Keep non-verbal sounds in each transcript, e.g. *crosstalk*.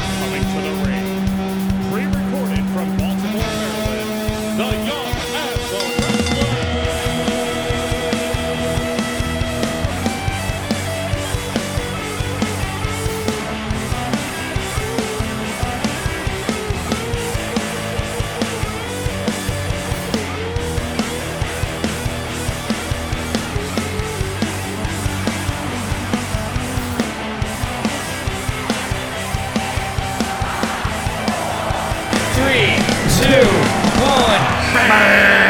coming to the ring. Pre-recorded from Baltimore, Maryland, the Young Asshole Wrestler. Three, two, one. *laughs*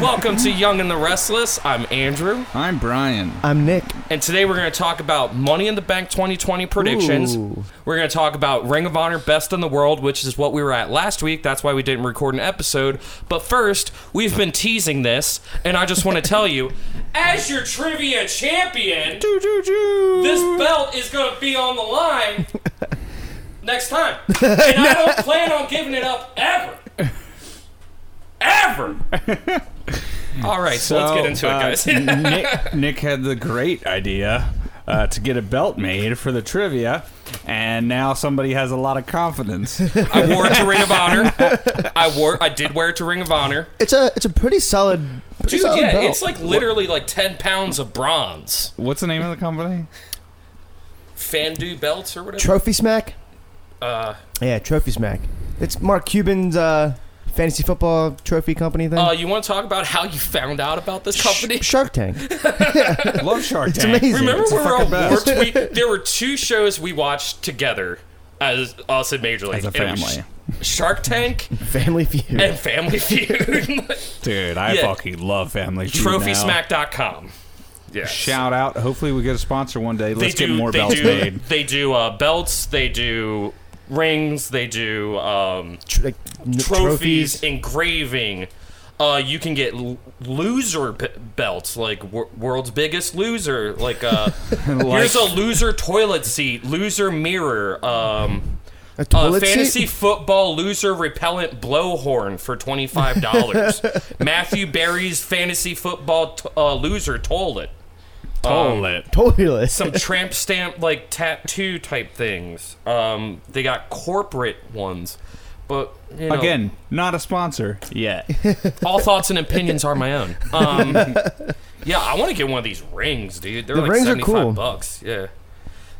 Welcome to Young and the Restless. I'm Andrew, I'm Brian. I'm Nick. and today we're going to talk about Money in the Bank 2020 predictions. Ooh. We're going to talk about Ring of Honor Best in the World, which is what we were at last week. That's why we didn't record an episode. But first, we've been teasing this, and I just want to tell you, *laughs* as your trivia champion, this belt is going to be on the line *laughs* next time. And I don't plan on giving it up ever. Ever. All right, so, *laughs* let's get into uh, *laughs* it, guys. *laughs* Nick, Nick had the great idea uh, to get a belt made for the trivia, and now somebody has a lot of confidence. I wore it to Ring of Honor. I wore I did wear it to Ring of Honor. *laughs* It's a it's a pretty solid. Pretty Dude, solid yeah, belt. it's like literally like 10 pounds of bronze. What's the name of the *laughs* company? Fandu belts or whatever. Trophy Smack. uh, Yeah, Trophy Smack. It's Mark Cuban's uh, fantasy football trophy company thing. uh, you want to talk about how you found out about this company? Sh- *laughs* Shark Tank. Love Shark It's Tank. amazing. Remember It's a when we were fucking all best. worked? We, *laughs* there were two shows we watched together as us in Major League. As a and it was family. Sh- Shark Tank Family *laughs* Feud. and Family Feud. Dude, I Yeah. fucking love Family Feud now. TrophySmack.com. Yeah. Shout out. Hopefully, we get a sponsor one day. They Let's do. get more they belts do. made. They do uh, belts. They do rings. They do um, Tr- like, n- trophies, engraving. Uh, you can get l- loser b- belts, like wor- world's biggest loser. Like, *laughs* uh, here's a loser toilet seat, loser mirror, um, A uh, toilet fantasy *laughs* seat? football loser repellent blowhorn for twenty five *laughs* dollars. Matthew Berry's fantasy football t- uh, loser toilet. Toilet. Totally. *laughs* some tramp stamp like tattoo type things. Um, they got corporate ones, but you know, Again, not a sponsor yet. all thoughts and opinions are my *laughs* own. Um, yeah, I want to get one of these rings, dude. They're The like rings are seventy-five cool. bucks. Yeah,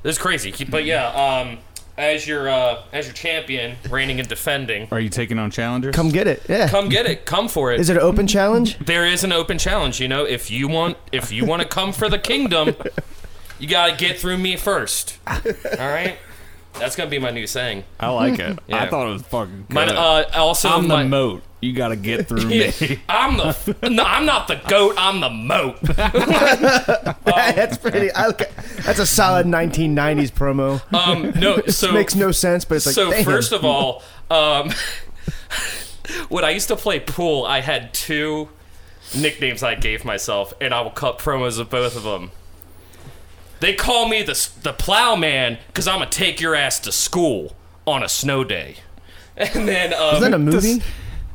this is crazy. Keep- But yeah, um, as your uh, as your champion, reigning and defending, Are you taking on challengers? Come get it. Yeah. come get it, come for it. Is it an *laughs* open challenge? there is an open challenge. You know, if you want if you want to come for the kingdom, you gotta get through me first. All right, that's gonna be my new saying. I like it. *laughs* Yeah. I thought it was fucking good. Mine, uh, also, I'm the my- moat. You got to *laughs* get through Yeah, me. I'm the no. I'm not the goat. I'm the moat. that's pretty. I, like- that's a solid 1990s promo. Um, no. So Makes no sense, but it's like. so damn. first of all, um, *laughs* when I used to play pool, I had two nicknames I gave myself, and I will cut promos of both of them. They call me the s- the plowman because I'm gonna take your ass to school on a snow day, *laughs* and then um, Is that a movie?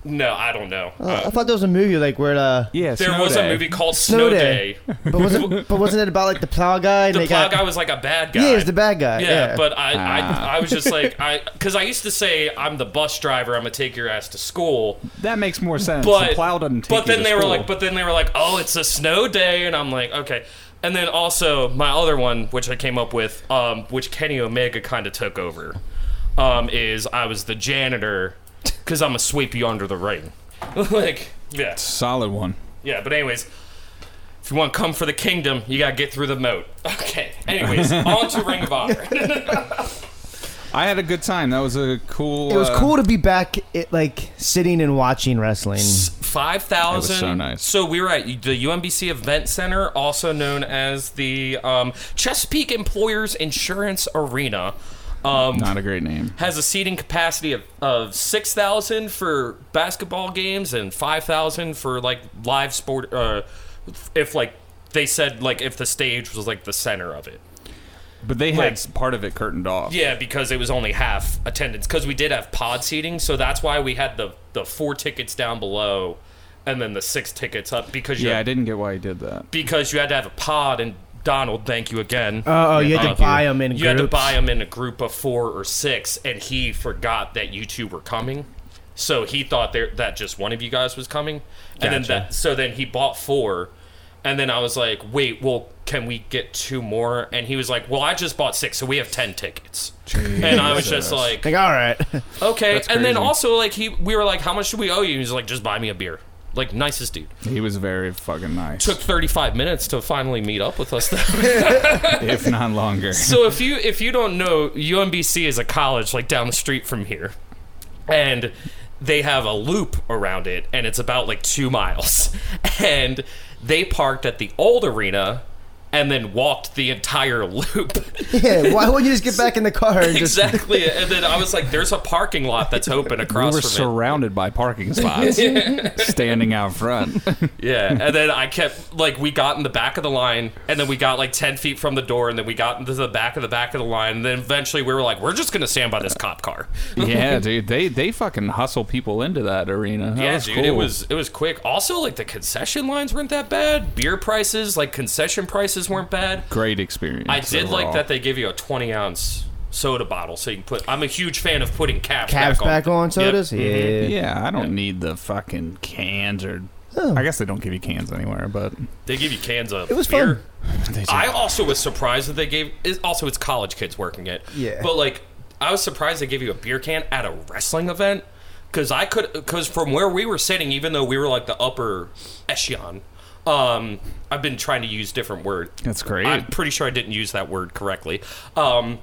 no, I don't know. I thought there was a movie like where uh, *laughs* Yeah, there Snow was Day. a movie called Snow, Snow Day. Day. *laughs* but wasn't but wasn't it about like the plow guy? And The they plow got, guy was like a bad guy. Yeah, he's the bad guy. Yeah, Yeah, but I, Ah. I, I was *laughs* just like, I, because I used to say I'm the bus driver. I'm gonna take your ass to school. That makes more sense. But the plow doesn't take But you then to they were school. like, but then they were like, oh, it's a snow day, and I'm like, okay. And then also my other one, which I came up with, um, which Kenny Omega kind of took over, um, is I was the janitor because I'm gonna sweep you under the ring. *laughs* like, yeah, solid one. yeah. But anyways. If you want to come for the kingdom, you gotta get through the moat. *laughs* Okay. Anyways, on to Ring of Honor. I had a good time. That was a cool. it was uh, cool to be back, it, like sitting and watching wrestling. Five It thousand. was so nice. we were at the UMBC Event Center, also known as the um, Chesapeake Employers Insurance Arena. Um, Not a great name. has a seating capacity of, of 6,000 for basketball games and 5,000 for like live sport. Uh, if like they said, like if the stage was like the center of it. But they had Like- s- part of it curtained off. Yeah, because it was only half attendance because we did have pod seating, so that's why we had the the four tickets down below, and then the six tickets up because you Yeah, I had, didn't get why he did that. because you had to have a pod and Donald, thank you again. oh, you had to Thank buy 'em in You had to groups. buy them in a group of four or six, and he forgot that you two were coming. So he thought there that just one of you guys was coming, and then Gotcha. that so then he bought four, and then I was like, wait, well, can we get two more? And he was like, well, I just bought six, so we have ten tickets. And I was just like, Like, all right. okay. That's And then crazy. also like he, we were like, how much do we owe you? And he's like, just buy me a beer. Like nicest dude. He was very fucking nice, Took 35 minutes to finally meet up with us. though. *laughs* if not *laughs* longer. so if you if you don't know, UMBC is a college like down the street from here, and they have a loop around it, and it's about like two miles. *laughs* And they parked at the old arena, and then walked the entire loop. *laughs* *laughs* yeah, why wouldn't you just get back in the car and just. exactly. And then I was like, "There's a parking lot that's open We across were from it." surrounded by parking spots, *laughs* standing out front. *laughs* Yeah, and then I kept like we got in the back of the line, and then we got like ten feet from the door, and then we got into the back of the back of the line, and then eventually we were like, "We're just gonna stand by this cop car." yeah, dude, they they fucking hustle people into that arena. That yeah, was dude, Oh, cool. it was it was quick. Also, like the concession lines weren't that bad. Beer prices, like concession prices, weren't bad. great experience. I did like overall. that they give you a twenty ounce soda bottle, so you can put. I'm a huge fan of putting caps Cabs back on. Mm-hmm. back on sodas? Mm-hmm. Yep. Yeah. Yeah, Oh. I don't need the fucking cans or. I guess they don't give you cans anywhere, but They give you cans of. It was beer. fun. I also was surprised that they gave. Is also, it's college kids working it. Yeah. But like, I was surprised they gave you a beer can at a wrestling event because I could because from where we were sitting, even though we were like the upper echelon, um, I've been trying to use different word. That's great. I'm pretty sure I didn't use that word correctly. Um,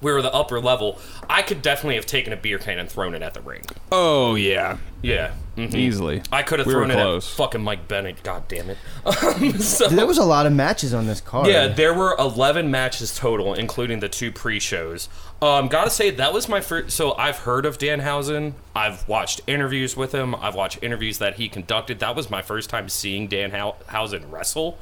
we were the upper level. I could definitely have taken a beer can and thrown it at the ring. oh yeah, Yeah. Mhm. easily. I could have We were thrown it at close. Oh, fucking Mike Bennett. God damn it. Um, so- There was a lot of matches on this card. yeah, there were 11 matches total, including the two pre-shows. Um, gotta say that was my first. So I've heard of Danhausen. I've watched interviews with him. I've watched interviews that he conducted. That was my first time seeing Danhausen wrestle,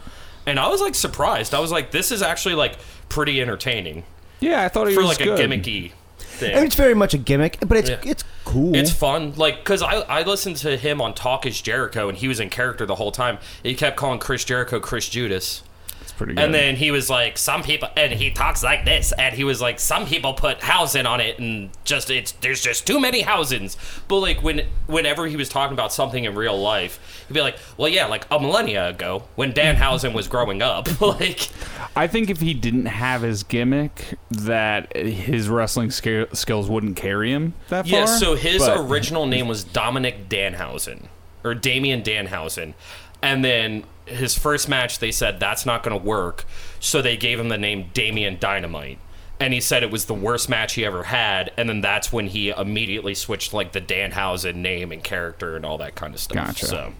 and I was like surprised. I was like, this is actually like pretty entertaining Yeah, I thought he for like was good. a gimmicky thing. I mean, it's very much a gimmick, but it's Yeah. it's cool. It's fun, like because I I listened to him on Talk Is Jericho, and he was in character the whole time. He kept calling Chris Jericho Chris Judas. It's pretty good. And then he was like, some people, and he talks like this, and he was like, some people put housing on it, and just it's there's just too many housings. But like when whenever he was talking about something in real life, he'd be like, well, yeah, like a millennia ago when Danhausen was growing up, *laughs* like I think if he didn't have his gimmick, that his wrestling sca- skills wouldn't carry him that far. yeah. So his but original name was Dominic Danhausen or Damian Danhausen, and then his first match they said that's not going to work, so they gave him the name Damian Dynamite. And he said it was the worst match he ever had, and then that's when he immediately switched like the Danhausen name and character and all that kind of stuff. Gotcha. So,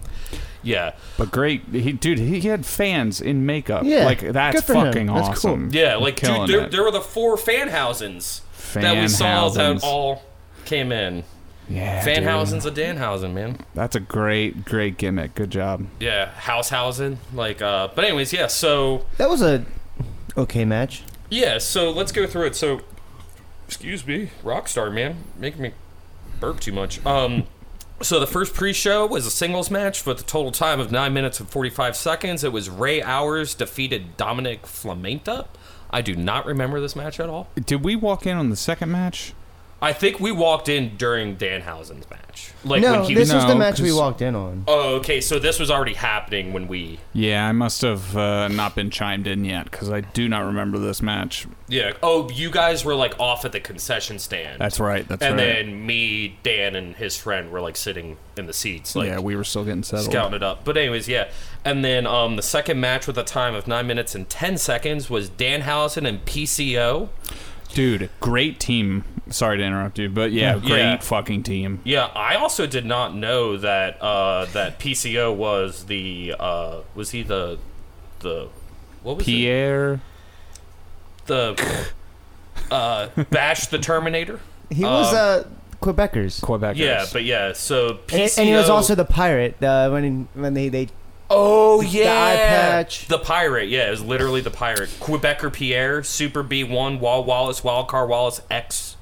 yeah, But great, he dude, he had fans in makeup. Yeah, like that's good for him. fucking That's cool. awesome. yeah, like Killing dude, there, it. there were the four Fanhausens that we saw Fanhausens. that all came in. yeah, dude. Fanhausen's a Danhausen, man. That's a great, great gimmick. Good job. yeah house housing like uh but anyways yeah so that was a okay match. yeah so let's go through it so excuse me rockstar man making me burp too much um *laughs* so the first pre-show was a singles match with a total time of 9 minutes and 45 seconds it was ray hours defeated dominic flamenta i do not remember this match at all Did we walk in on the second match? i think we walked in during danhausen's match like no, when he this was was the No, match we 'cause- walked in on. oh okay so this was already happening when we Yeah, I must have uh, not been chimed in yet because I do not remember this match. yeah oh you guys were like off at the concession stand That's right. That's and right. then me, Dan, and his friend were like sitting in the seats, like yeah, we were still getting settled. scouting it up. But anyways, yeah. And then um, the second match with a time of nine minutes and ten seconds was Danhausen and PCO. Dude, great team. Sorry to interrupt you, but yeah, great Yeah. fucking team. Yeah, I also did not know that uh, that PCO was the uh, was he the the what was it? Pierre. the uh, Bash the *laughs* Terminator. He was uh, Quebecers, Quebec. Yeah, but yeah, so PCO and, and he was also the pirate uh, when when they they Oh The eye patch. the pirate. Yeah, it was literally the pirate. Quebecer Pierre, Super B One, Wall Wallace, Wildcar Wallace X.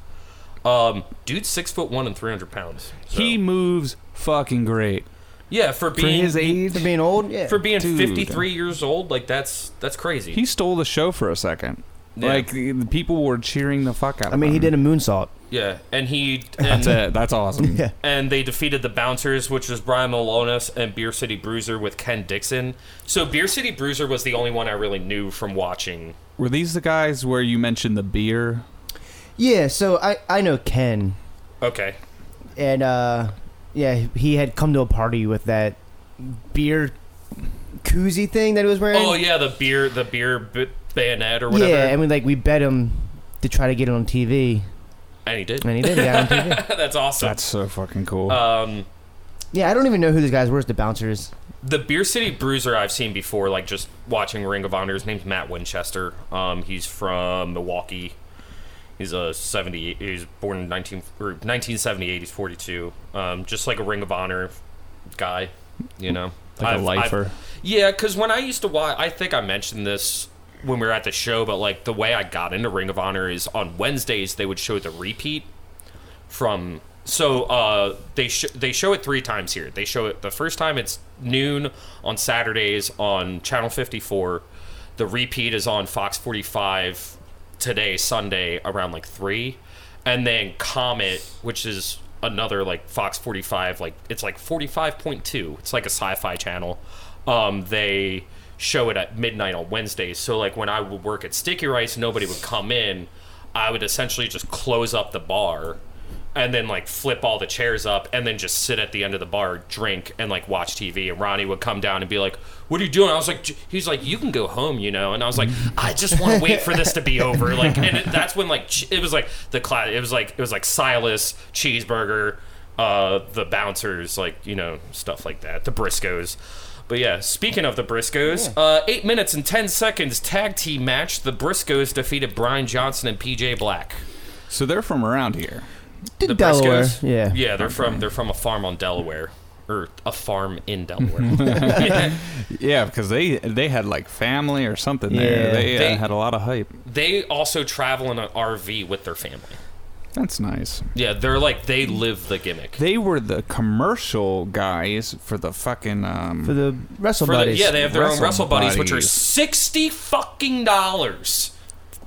Um, dude, six foot one and three hundred pounds. So- he moves fucking great. Yeah, for for being his age. For being old, yeah. for being Dude. 53 years old, like that's that's crazy. he stole the show for a second. Yeah. Like the, the people were cheering the fuck out. I mean, he of Uh-huh. did him. a moonsault. *laughs* yeah, and he *laughs* That's and, it. That's awesome. *laughs* Yeah. and they defeated the Bouncers, which was Brian Malonis and Beer City Bruiser with Ken Dixon. So Beer City Bruiser was the only one I really knew from watching. Were these the guys where you mentioned the beer? Yeah, so I, I know Ken. Okay, And, uh, yeah, he had come to a party with that beer koozie thing that he was wearing. Oh yeah, the beer, the beer b- bayonet or whatever. yeah, and we, like, we bet him to try to get it on TV. and he did. And he did. He got it on TV. *laughs* That's awesome. That's so fucking cool. um, Yeah, I don't even know who these guys were. It's the bouncers. the Beer City Bruiser I've seen before, like just watching Ring of Honor. His name's Matt Winchester. Um, he's from Milwaukee. He's a 78. He was born in 19 or 1978. He's 42. Um, just like a Ring of Honor guy, you know. like a I've- I've- lifer. Yeah, because when I used to watch, I think I mentioned this when we were at the show, but like the way I got into Ring of Honor is on Wednesdays they would show the repeat from. So uh, they sh- they show it three times here. They show it the first time it's noon on Saturdays on Channel 54. The repeat is on Fox 45 today Sunday around like three, and then Comet, which is another like Fox 45, like it's like 45.2. It's like a sci-fi channel. Um, they show it at midnight on Wednesdays. So like when I would work at Sticky Rice, nobody would come in. I would essentially just close up the bar and then like flip all the chairs up and then just sit at the end of the bar, drink and like watch TV. And Ronnie would come down and be like, "What are you doing?" I was like, "J- "He's like, you can go home, you know." And I was like, "I just want to wait for this to be over." Like, and it, that's when like ch- it was like the class. It was like it was like Silas Cheeseburger, uh, the bouncers, like you know stuff like that, the Briscoes. But yeah, speaking of the Briscoes, uh, eight minutes and ten seconds tag team match. The Briscoes defeated Brian Johnson and PJ Black. so they're from around here. The The Delaware. Briscoes? Yeah. Yeah, they're from they're from a farm on Delaware. Or a farm in Delaware. *laughs* Yeah, because they they had like family or something Yeah. there. They, They- uh, had a lot of hype. they also travel in an RV with their family. That's nice. Yeah, they're like they live the gimmick. They were the commercial guys for the fucking um. For the Wrestle For the- Buddies. yeah, they have their own Wrestle wrestle buddies, which are buddies. sixty fucking dollars.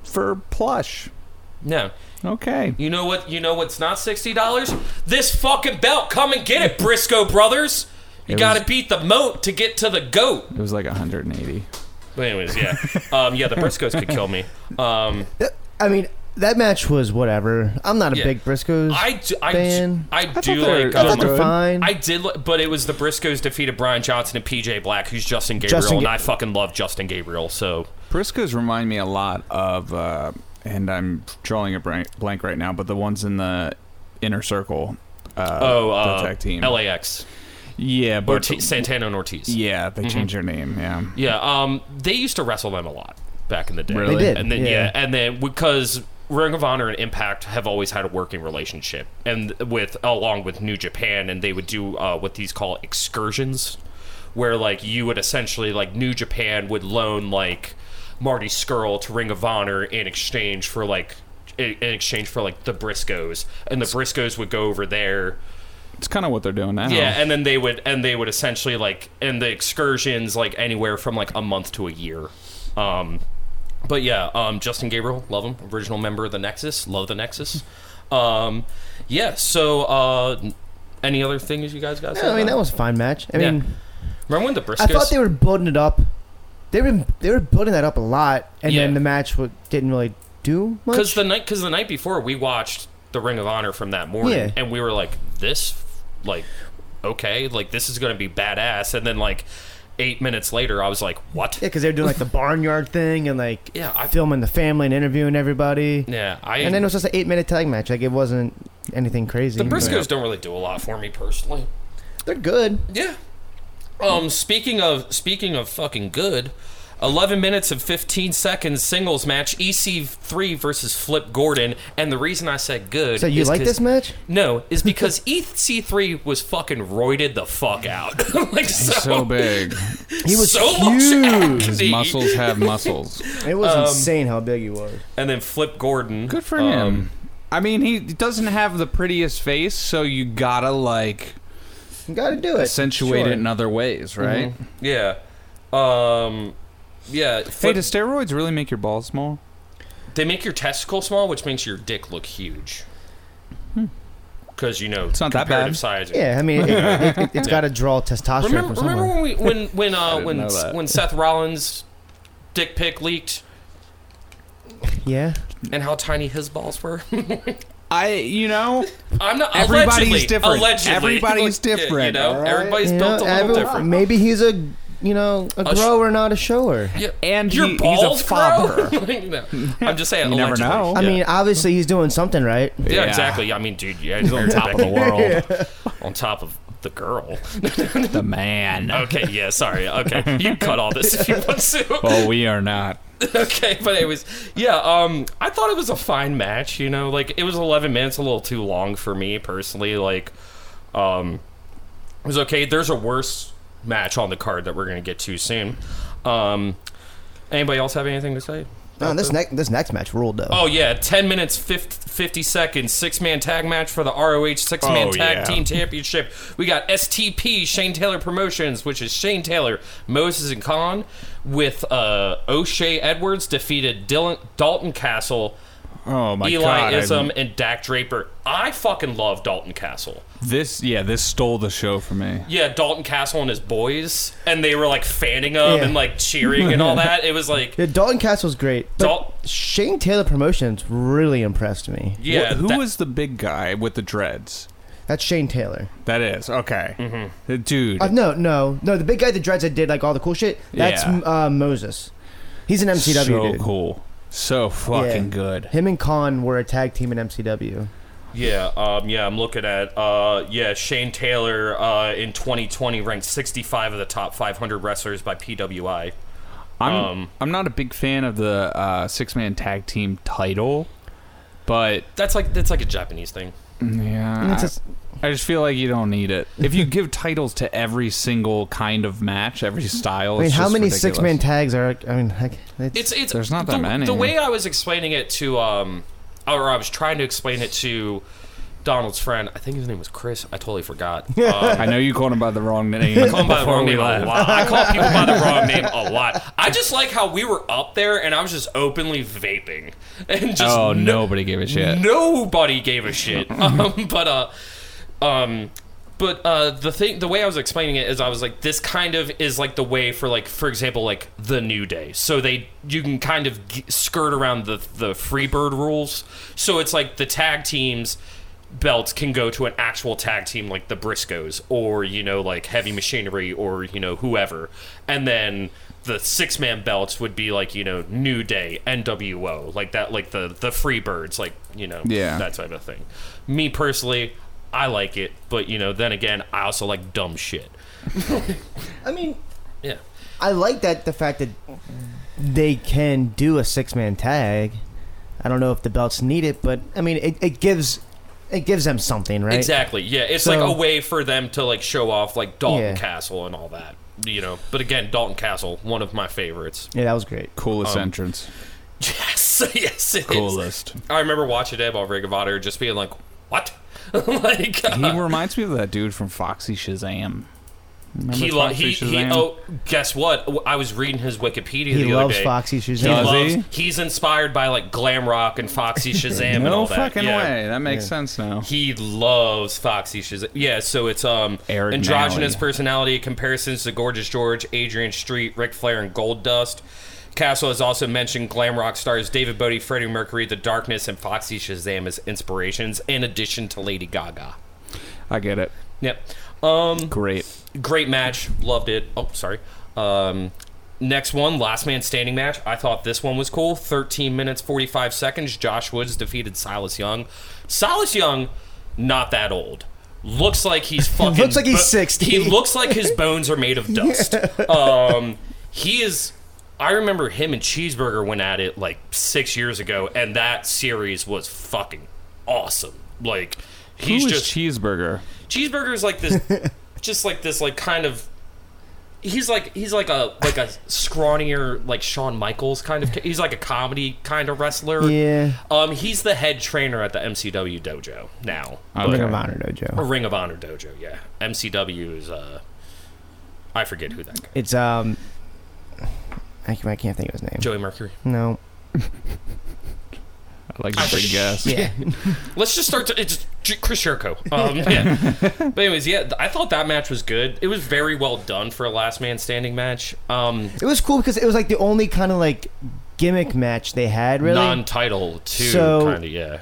for plush. No, Okay. you know what? You know what's not sixty dollars? This fucking belt. Come and get it, Briscoe brothers. You It was- got to beat the moat to get to the goat. It was like 180. But anyways, yeah, um, yeah, the Briscoes could kill me. Um, I mean, that match was whatever. I'm not a Yeah. big Briscoes. I do, I, do, Fan. I do they were- like I thought um, they're good. fine. I did, li- but it was the Briscoes defeated Brian Johnson and PJ Black, who's Justin Gabriel, Justin and Ga- I fucking love Justin Gabriel. So Briscoes remind me a lot of, uh, and I'm drawing a blank blank right now, but the ones in the inner circle. Uh, oh, the uh, tag team. LAX, Yeah, but Ortiz, Santana and Ortiz. yeah, they changed their name. Yeah. Yeah, um, they used to wrestle them a lot back in the day. Really? They did, And then yeah. yeah. and then because Ring of Honor and Impact have always had a working relationship, and with along with New Japan, and they would do uh, what these call excursions, where like you would essentially like New Japan would loan like Marty Skrull to Ring of Honor in exchange for like in in exchange for like the Briscoes, and the Briscoes would go over there. It's kind of what they're doing now. Yeah, and then they would and they would essentially like and the excursions like anywhere from like a month to a year. Um but yeah, um Justin Gabriel, love him, original member of the Nexus, love the Nexus. Um yeah, so uh any other things you guys got? to say Yeah, I mean, about that it? was a fine match. I Yeah. mean, Remember when the Briscoes I thought they were building it up. They were they were building that up a lot, and Yeah. then the match w- didn't really do Because much. the night, because the night before we watched the Ring of Honor from that morning, Yeah. and we were like, "This, like, okay, like this is gonna be badass." And then like eight minutes later, I was like, "What?" Yeah, because they were *laughs* doing like the barnyard thing and like Yeah, I- filming the family and interviewing everybody. Yeah, I And then it was just an eight minute tag match. Like it wasn't anything crazy. The Briscoes don't really do a lot for me personally. they're good. Yeah. Um. Speaking of speaking of fucking good, eleven minutes and fifteen seconds singles match EC3 versus Flip Gordon, and the reason I said good. So you is like 'cause- this match? No, is because EC3 was fucking roided the fuck out. *laughs* like so, *laughs* So big. He was so huge. Much His acne. muscles have muscles. It was um, insane how big he was. And then Flip Gordon. Good for um, him. I mean, he doesn't have the prettiest face, so you gotta like You gotta do it. accentuate Sure. it in other ways, right? Yeah. Um. Yeah. Hey, foot- do steroids really make your balls small? they make your testicle small, which makes your dick look huge. Because you know Hmm. It's not that comparative bad. Size. Yeah, I mean, it, it, it, *laughs* has got to draw testosterone Remember, from somewhere. remember when we when when *laughs* I uh didn't when know S- that. when Seth Rollins' dick pic leaked yeah, and how tiny his balls were? *laughs* I, you know, I'm not. Everybody's allegedly, different. Allegedly, Everybody's Yeah, *laughs* You different, know, all right? everybody's You know, built a little everyone- different. Maybe he's a you know a A sh- grower, not a shower. Yeah. and Your he- balls he's a father. grow? *laughs* Like, *laughs* no. I'm just saying. You never allegedly. know. I Yeah. mean, obviously he's doing something right. Yeah, Yeah. exactly. I mean, dude, yeah, he's on top of the world, on top of the girl. the man. Okay, yeah, sorry. Okay, you can cut all this if you want *laughs* to. Oh, we are not. *laughs* okay, but anyways, yeah. Um, I thought it was a fine match. You know, like it was 11 minutes, a little too long for me personally. Like, um, it was okay. There's a worse match on the card that we're gonna get to soon. Um, anybody else have anything to say? No, this next this next match ruled though. Oh yeah, ten minutes, 50, 50 seconds, six man tag match for the ROH six man Oh, tag yeah. team championship. We got STP Shane Taylor Promotions, which is Shane Taylor, Moses and Khan, with uh, O'Shea Edwards defeated Dylan Dalton Castle, Oh my Eli um, god. I'm- Ism, and Dak Draper. I fucking love Dalton Castle. This, yeah, this stole the show for me. Yeah, Dalton Castle and his boys, and they were like fanning him Yeah. and like cheering *laughs* and all that. It was like, Yeah, Dalton Castle's great. But Dal- Shane Taylor Promotions really impressed me. yeah, Wh- who that- was the big guy with the dreads? That's Shane Taylor. That is okay. Mm-hmm. Dude, Uh, no, no, no. The big guy that dreads that did like all the cool shit. That's Yeah. uh, Moses. He's an MCW so dude. cool, so fucking Yeah. good. Him and Khan were a tag team in MCW. Yeah, um, yeah, I'm looking at uh, yeah, Shane Taylor uh, in 2020 ranked 65 of the top 500 wrestlers by PWI. I'm Um, I'm not a big fan of the uh, six man tag team title, but That's like that's like a Japanese thing. yeah, It's just- I just feel like you don't need it. If you *laughs* give titles to every single kind of match, every style, I mean, it's how just many ridiculous. six man tags are? I mean, heck, it's, It's it's There's not that the, many. The way I was explaining it to um, or I was trying to explain it to Donald's friend. I think his name was Chris. I totally *laughs* forgot. Um, I know you called him by the *laughs* wrong name. I call them by the before wrong we name a left. lot. I call people by the wrong name a lot. I just like how we were up there and I was just openly vaping and just no- Oh, nobody gave a shit. Nobody gave a shit. *laughs* um, but uh, um, but uh, the thing, the way I was explaining it is, I was like, this kind of is like the way for like, for example, like the New Day. So they, you can kind of g- skirt around the the Freebird rules. So it's like the tag teams belts can go to an actual tag team like the Briscoes or you know like Heavy Machinery or you know whoever, and then the six man belts would be like you know New Day, NWO, like that, like the the Freebirds, like you know Yeah. that type of thing. Me personally, I like it, but you know then again, I also like dumb shit. I mean, Yeah, I like that the fact that they can do a six man tag. I don't know if the belts need it, but I mean, it, it gives it gives them something, right? exactly. Yeah, it's So- like a way for them to like show off like Dalton Yeah. Castle and all that. You know, but again, Dalton Castle, one of my favorites. *laughs* Yeah, that was great. Coolest Um, entrance. Yes, yes, it is. *laughs* Coolest. I remember watching it about Rig of Honor just being like, what? *laughs* like, uh, He reminds me of that dude from Foxy Shazam. *laughs* Remember he, lo- he, Foxy he, Shazam? oh, guess what? I was reading his Wikipedia He the loves other day. Foxy Shazam. He Does loves, he? He's inspired by like glam rock and *laughs* Foxy Shazam and no all that. fucking yeah. way. That makes Yeah. sense now. He loves Foxy Shazam. Yeah, so it's um Eric androgynous Malley. personality comparisons to Gorgeous George, Adrian Street, Ric Flair, and Gold Dust. Castle has also mentioned glam rock stars David Bowie, Freddie Mercury, The Darkness, and Foxy Shazam as inspirations, in addition to Lady Gaga. I get it. Yep. Um, Great. great match. Loved it. Oh, sorry. Um, next one, last man standing match. I thought this one was cool. 13 minutes, 45 seconds. Josh Woods defeated Silas Young. Silas Young, not that old. Looks like *laughs* he's fucking. Looks like he's bo- 60. He looks like his bones are made *laughs* of dust. Um, he is. I remember him and Cheeseburger went at it like six years ago, and that series was fucking awesome. Like Who he's is just cheeseburger? *laughs* cheeseburger is like this just like this like kind of he's like he's like a like a scrawnier like Shawn Michaels kind of. He's like a comedy kind of wrestler. Yeah. Um, he's the head trainer at the MCW dojo now. Ring Okay. of Honor A Dojo. Ring of Honor dojo, yeah. MCW is uh, I forget who that guy. It's um, I can't, I can't think of his name. Joey Mercury. No. I like your pretty guess. *laughs* Yeah. Let's just start. To, it's J- Chris Jericho. Um, *laughs* yeah. But anyways, yeah, th- I thought that match was good. It was very well done for a last man standing match. Um, It was cool because it was like the only kind of like gimmick match they had really. non-title too, So- kind of. Yeah.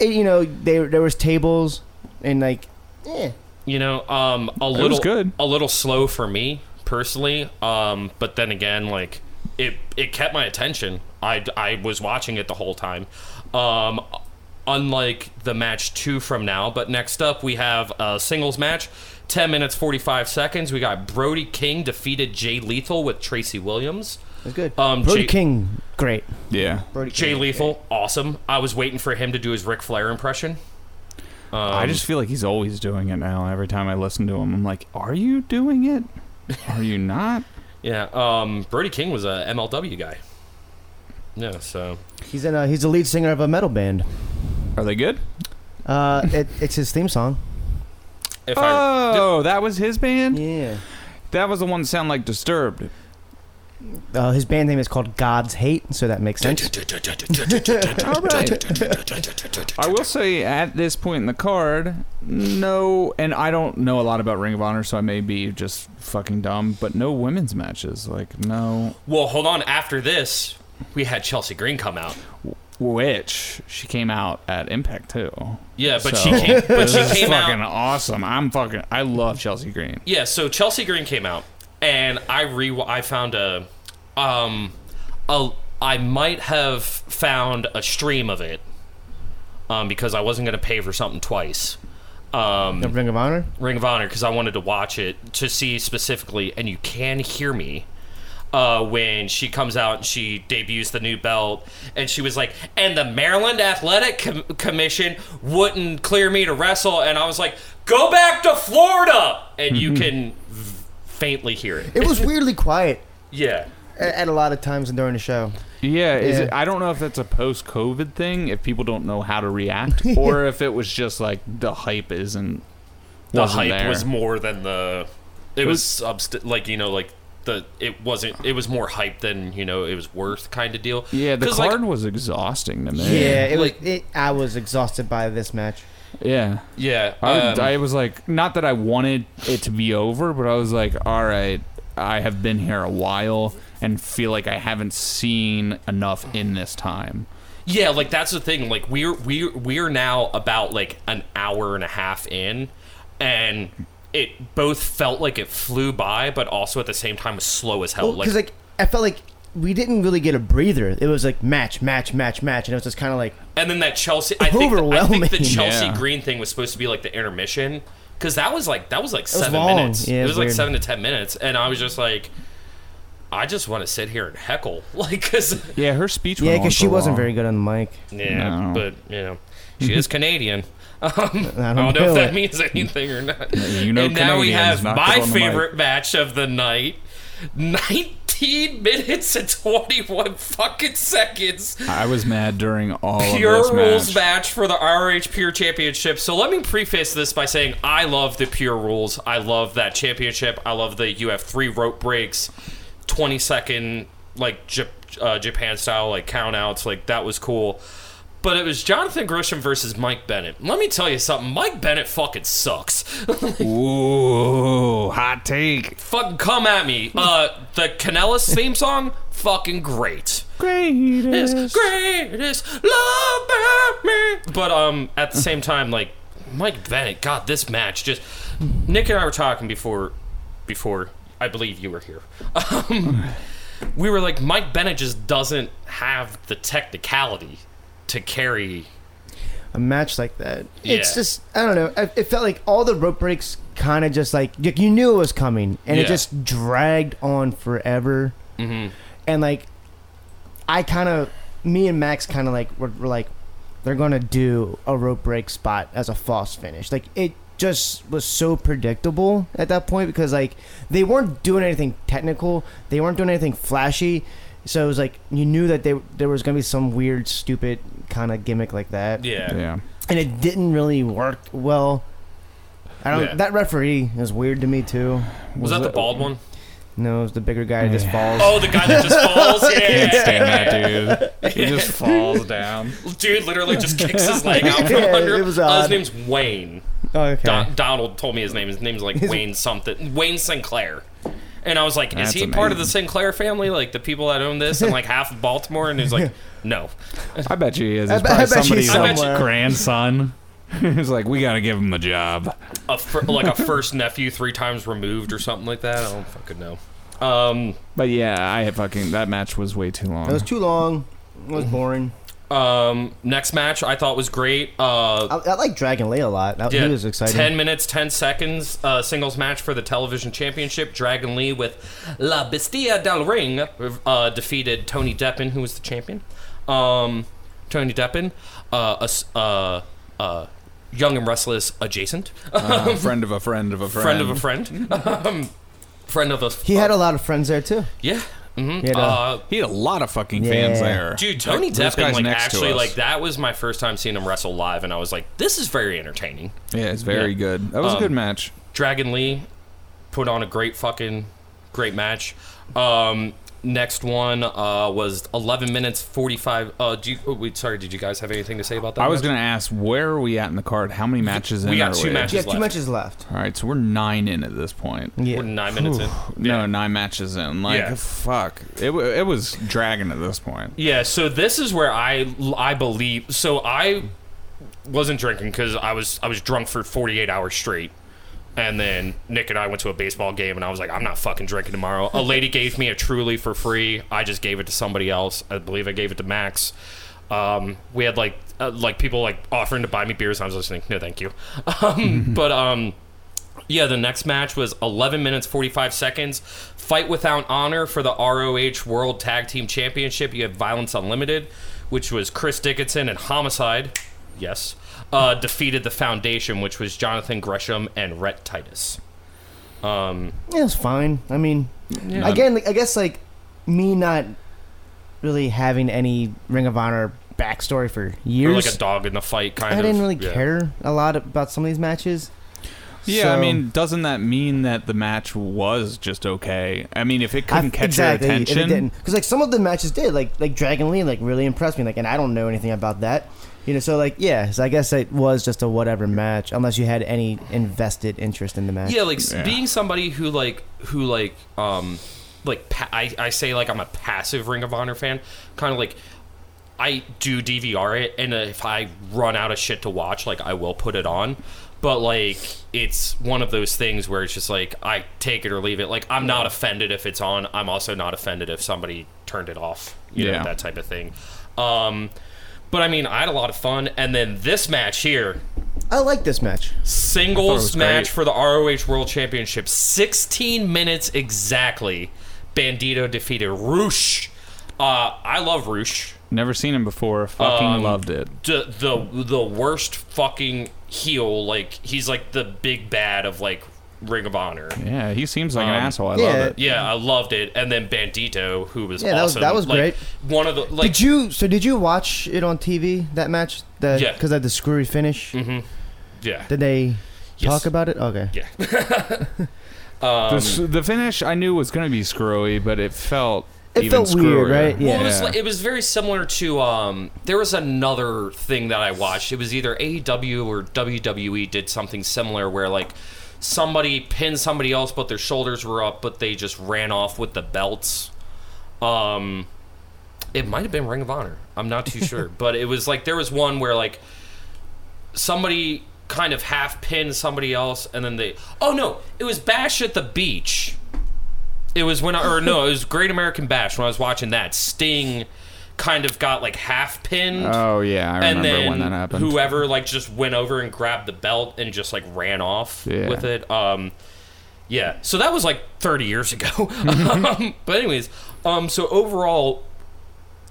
It- you know, they, there was tables and like, eh. You know, um, a was little good. a little slow for me personally. Um, but then again, like it it kept my attention. I I was watching it the whole time. Um, unlike the match two from now, but next up we have a singles match. 10 minutes 45 seconds. We got Brody King defeated Jay Lethal with Tracy Williams. It was good. Um, Brody Jay- King, great. Yeah. Brody King, Jay great. Lethal, awesome. I was waiting for him to do his Ric Flair impression. Um, I just feel like he's always doing it now. Every time I listen to him, I'm like, are you doing it? Are you not? Yeah, um, Brody King was a MLW guy. Yeah, so He's in. A, he's the lead singer of a metal band. Are they good? Uh, it, it's his theme song. if I Oh, that was his band? Yeah. That was the one that sounded *laughs* like Disturbed. Uh, his band name is called God's Hate, so that makes *laughs* sense. All right. I will say at this point in the card, no, and I don't know a lot about Ring of Honor, so I may be just fucking dumb, but no women's matches. Like, no. well, hold on. After this, we had Chelsea Green come out. Which she came out at Impact too. Yeah, but So- she came. *laughs* But she This is came fucking out. awesome. I'm fucking. I love Chelsea Green. Yeah, so Chelsea Green came out, and I re I found a, um, a I might have found a stream of it, um, because I wasn't gonna pay for something twice. Um, The Ring of Honor. Ring of Honor because I wanted to watch it to see specifically, and you can hear me uh, when she comes out and she debuts the new belt, and she was like, "And the Maryland Athletic Com- Commission wouldn't clear me to wrestle," and I was like, "Go back to Florida," and Mm-hmm. you can v- faintly hear it. It was weirdly quiet Yeah. at, at a lot of times during the show. Yeah, is Yeah. It, I don't know if that's a post-COVID thing, if people don't know how to *laughs* react, or if it was just like the hype isn't. the wasn't hype there. was more than the it was was- subst- like you know like the it wasn't it was more hype than you know it was worth kind of deal Yeah, the 'Cause, like, card was exhausting to Yeah, me. it like- was. It, I was exhausted by this match. Yeah. yeah I, would- um, I was like, not that I wanted it to be over, but I was like, all right, I have been here a while and feel like I haven't seen enough in this time. Yeah, like that's the thing. Like we're we're we're now about like an hour and a half in, and it both felt like it flew by, but also at the same time was slow as hell. Because like, I felt like we didn't really get a breather. It was like match, match, match, match, and it was just kind of like and then that Chelsea, I think, the, I think the Overwhelming. Chelsea Yeah. Green thing was supposed to be like the intermission because that was like that was like seven long. minutes. Yeah, it it was, was like weird. seven to ten minutes, and I was just like, I just want to sit here and heckle, *laughs* like because Yeah, her speech. yeah, went on because for she a wasn't while. very good on the mic. yeah, *laughs* No. but you know, she is Canadian. Um, I don't, know, know if that it. means anything or not. You know, and now we Canadians have not my good on the mic. favorite match of the night 19 minutes and 21 fucking seconds I was mad during all of pure this rules match. match. for the rh pure championship so let me preface this by saying i love the pure rules i love that championship i love the you have three rope breaks 20 second like Jap- uh, japan style like count outs like that was cool but it was jonathan grisham versus mike bennett let me tell you something mike bennett fucking sucks *laughs* Ooh, hot take. fucking come at me. Uh, the Canellis theme song, fucking great. This Greatest. greatest love about me. But um, at the same time, like Mike Bennett, God, this match just. Nick and I were talking before, before I believe you were here. Um, we were like, Mike Bennett just doesn't have the technicality to carry. A match like that, Yeah. it's just I don't know. I, it felt like all the rope breaks kind of just like you, you knew it was coming, and Yeah. it just dragged on forever. Mm-hmm. And like, I kind of, me and Max kind of like were, were like, they're gonna do a rope break spot as a false finish. Like it just was so predictable at that point because like they weren't doing anything technical, they weren't doing anything flashy. So it was like you knew that they there was gonna be some weird, stupid kind of gimmick like that, Yeah. Yeah. and it didn't really work well. I don't. Yeah. That referee is weird to me too. Was that the bald one? No, it was the bigger guy that just Yeah. falls. *laughs* Oh, the guy that just *laughs* falls. Can't Yeah. stand that dude. He just falls down. Dude literally just kicks *laughs* his leg out from Yeah, under. it was Uh, his odd. name's Wayne. Oh, okay. Don- Donald told me his name. His name's like Wayne something. Wayne Sinclair. And I was like, is That's he part of the amazing. Sinclair family? Like the people that own this and like half of Baltimore? And he's *laughs* like, no. I bet you he is. I It's bet- probably I bet you somebody's *laughs* somewhere. grandson. He's like, we gotta give him a job. a fir- like a first nephew three times removed or something like that. I don't fucking know. Um, But yeah, I fucking that match was way too long. It was too long. It was boring. um, next match I thought was great. Uh, I, I like Dragon Lee a lot. That, yeah, He was exciting. Ten minutes, ten seconds. Uh, singles match for the television championship. Dragon Lee with La Bestia del Ring uh, defeated Tony Deppen, who was the champion. Um, Tony Deppen, uh, a s- uh, uh, young and restless adjacent, Uh, friend of a friend of a friend. friend of a friend, um, friend of a uh, He had a lot of friends there too. yeah. Mm-hmm. He had a- uh, He had a lot of fucking Yeah. fans there. Dude, Tony Those Deppen, guys like next to actually, us. like that was my first time seeing him wrestle live, and I was like, this is very entertaining. Yeah, it's very Yeah. good. That was Um, a good match. Dragon Lee put on a great fucking great match. Um, next one uh, was 11 minutes 45. Uh, do you, oh, wait, sorry, did you guys have anything to say about that? I was match? gonna ask where are we at in the card? How many matches in? We got are two matches. Yeah, left. two matches left. All right, so we're nine in at this point. Yeah. We're nine minutes in. No, nine matches in. Like Yeah. fuck, it wa- it was dragging at this point. Yeah, so this is where I I believe so I wasn't drinking cuz I was I was drunk for 48 hours straight. And then Nick and I went to a baseball game and I was like I'm not fucking drinking tomorrow. A lady gave me a truly for free. I just gave it to somebody else. I believe I gave it to Max. Um, we had like uh, like people like offering to buy me beers. I was listening. No, thank you. *laughs* Um, but um yeah, the next match was 11 minutes 45 seconds. Fight without honor for the ROH World Tag Team Championship. You had Violence Unlimited, which was Chris Dickinson and Homicide. Yes, uh, defeated the Foundation, which was Jonathan Gresham and Rhett Titus. Um, Yeah, it's fine. I mean, again, like, I guess like me not really having any Ring of Honor backstory for or years. like a dog in the fight, kind I of. didn't really Yeah. care a lot about some of these matches. Yeah, I So- mean, doesn't that mean that the match was just okay? I mean, if it couldn't I- catch exactly, your and attention, It didn't because like some of the matches did. Like like Dragon Lee like really impressed me. Like and I don't know anything about that. You know, so like yeah, so I guess it was just a whatever match, unless you had any invested interest in the match. Yeah, like s Yeah. being somebody who like who like um like pa- I I say like I'm a passive Ring of Honor fan, kind of like I do DVR it, and if I run out of shit to watch, like I will put it on. But like it's one of those things where it's just like I take it or leave it. Like I'm not offended if it's on. I'm also not offended if somebody turned it off. You know Yeah. that type of thing. Um, but I mean, I had a lot of fun, and then this match here I like this match. singles was match great. for the ROH World Championship. 16 minutes exactly. Bandito defeated Roosh. Uh, I love Roosh. never seen him before. Fucking Um, loved it. The, the the worst fucking heel. Like he's like the big bad of like Ring of Honor. Yeah, he seems like an Um, asshole. I yeah. love it. Yeah, I loved it. And then Bandito, who was Yeah, that was- awesome. that was like, great. One of the like did you? So did you watch it on TV that match? The, Yeah. Because of the screwy finish. Mm-hmm. yeah Did they Yes. talk about it? Okay. yeah. Um, the, s- the finish I knew was gonna be screwy, but it felt It even felt weird, screwier. right? Yeah. Well, it was like, it was very similar to um. There was another thing that I watched. It was either AEW or WWE did something similar where like somebody pinned somebody else, but their shoulders were up, but they just ran off with the belts. Um, it might have been Ring of Honor. I'm not too sure, but it was like there was one where like somebody kind of half pinned somebody else, and then they. Oh no! It was Bash at the Beach. It was when, I, or no, it was Great American Bash when I was watching that. Sting kind of got like half pinned. Oh yeah, I remember and then when that happened. whoever like just went over and grabbed the belt and just like ran off Yeah. with it. Um, yeah. So that was like 30 years *laughs* ago. um, but anyways, um, so overall,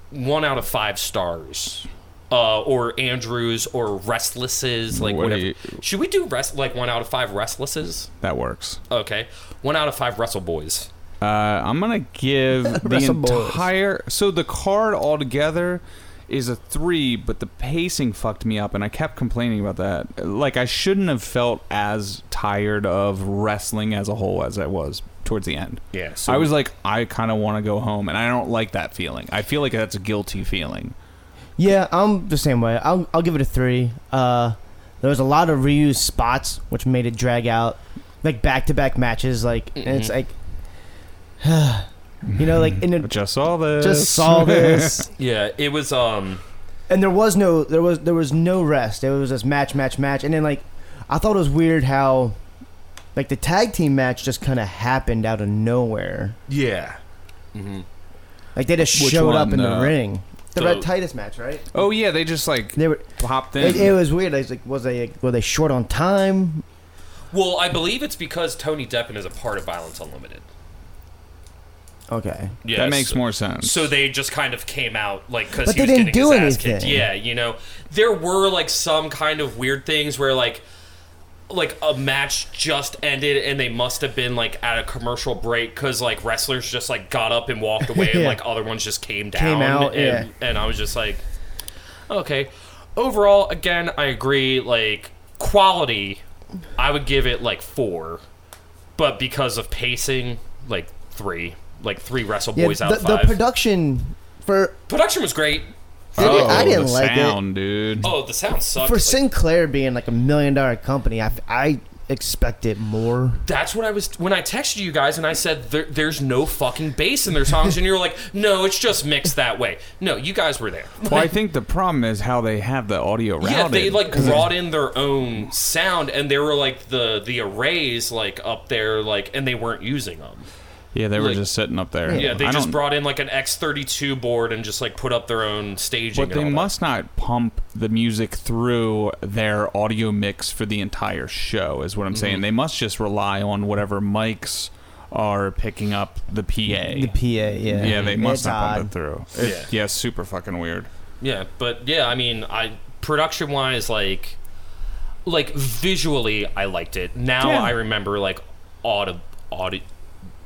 one out of five stars uh, or Andrews or Restlesses, like What do whatever. you- Should we do rest like one out of five Restlesses? That works. Okay, one out of five Wrestle Boys. Uh, I'm gonna *laughs* give the Wrestle boys. entire. So the card altogether is a three, but the pacing fucked me up, and I kept complaining about that. Like I shouldn't have felt as tired of wrestling as a whole as I was towards the end. *laughs* Yeah, I was like, I kind of want to go home, and I don't like that feeling. I feel like that's a guilty feeling. Yeah, I'm the same way. I'll, I'll give it a three. Uh, there was a lot of reused spots, which made it drag out, like back to back matches. Like and it's Mhm. like, you know, like *sighs* in I a, Mm-hmm. just saw this. just *laughs* saw this, Yeah, it was um and there was no there was there was no rest. It was just match, match, match, and then like I thought it was weird how. Like the tag team match just kind of happened out of nowhere. yeah. mm-hmm. Like they just Which showed one, up in the uh, ring. The the- Red Titus match, right? Oh yeah, they just like They were. popped in. It, it was weird. I was like, was they were they short on time? well, I believe it's because Tony Deppen is a part of Violence Unlimited. Okay. Yeah, that makes more sense. So they just kind of came out like because But he they was didn't getting do his ass kicked. anything. Yeah, you know, there were like some kind of weird things where like like a match just ended and they must have been like at a commercial break because like wrestlers just like got up and walked away and *laughs* Yeah. like other ones just came down Came out, and, and I was just like okay overall again I agree like quality I would give it like four but because of pacing like three like three wrestle boys the, out of the five production for Production was great. did it- I didn't Oh, the like sound, dude. Oh, the sound it. sucked. For Like, Sinclair being like a million dollar company, I, I expected more. that's what I was when I texted you guys and I said there, there's no fucking bass in their songs and you were like, no, it's just mixed that way. No, you guys were there. Well, I think the problem is how they have the audio routed. Yeah, they like 'cause brought in their own sound and they were like the the arrays like up there like and they weren't using them. Yeah, they were like- just sitting up there. Yeah, they I just don't- brought in like an X32 board and just like put up their own staging. But and they all that. must not pump the music through their audio mix for the entire show, is what I'm saying. Mm-hmm. They must just rely on whatever mics are picking up the PA. The PA, yeah. yeah, they must It's not pump it odd. through. Yeah. It, yeah, super fucking weird. Yeah, but yeah, I mean, I production wise, like, like visually, I liked it. Now Yeah. I remember like audi- audi-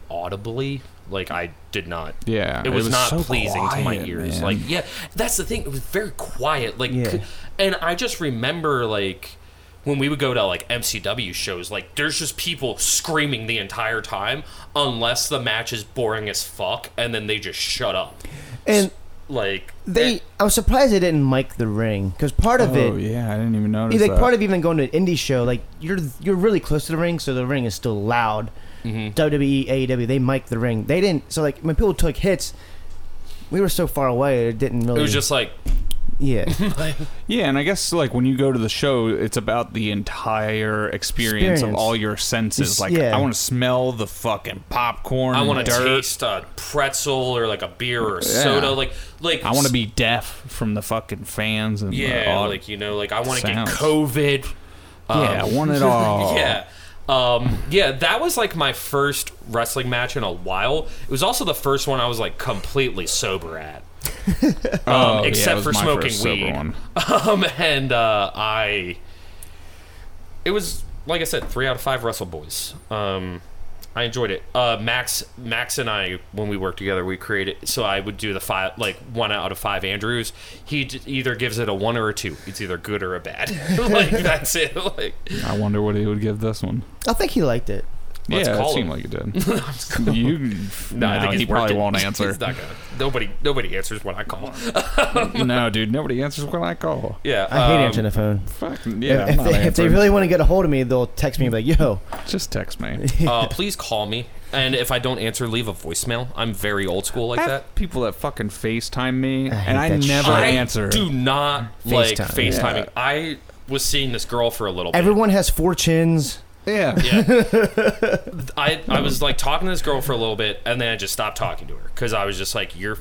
audibly, like I did not. Yeah, it was, not so pleasing to my quiet, ears. man. Like, yeah, that's the thing. It was very quiet. Like, Yeah. c- and I just remember like when we would go to like MCW shows, like there's just people screaming the entire time, unless the match is boring as fuck, and then they just shut up. And Like they, I'm surprised they didn't mic the ring because part of oh it, yeah, I didn't even notice. like that. part of even going to an indie show, like you're you're really close to the ring, so the ring is still loud. Mm-hmm. WWE, AEW, they mic the ring. They didn't. So like when people took hits, we were so far away, it didn't really. it was just like *laughs* yeah. Yeah, and I guess like when you go to the show, it's about the entire experience, of Experience. all your senses. It's- Like yeah. I want to smell the fucking popcorn. I want and to Mm. dirt. taste a pretzel or like a beer or a soda. Like, like I want to be deaf from the fucking fans and the, Yeah, all, like you know, like I want to get sounds. COVID. Um, yeah, *laughs* I want it all. yeah. Um, yeah, that was like my first wrestling match in a while. It was also the first one I was like completely sober at, Oh, um, yeah, except it was for my smoking first sober weed. one. *laughs* Um, and uh, I, it was like I said, three out of five Wrestle Boys. Um, I enjoyed it. Uh, Max, Max, and I, when we worked together, we created. So I would do the five, like one out of five Andrews. He d- either gives it a one or a two. It's either good or a bad. *laughs* *laughs* like that's it. Like I wonder what he would give this one. I think he liked it. Let's yeah, call it him. seemed like *laughs* it did. you, no, I think *laughs* he he's probably working. won't answer. It's not gonna. Nobody, nobody answers when I call. *laughs* no, dude, nobody answers when I call. yeah, I hate um, answering the phone. Fucking yeah, I'm if, not they, if they answering. really want to get a hold of me, they'll text me and be like, "Yo, just text me. Uh, please call me, and if I don't answer, leave a voicemail. I'm very old school like I have that. people that fucking FaceTime me, hate and I that never I answer. do not like FaceTime. FaceTiming. I was seeing this girl for a little bit. everyone has four chins." Yeah. I, I was like talking to this girl for a little bit, and then I just stopped talking to her because I was just like, "You're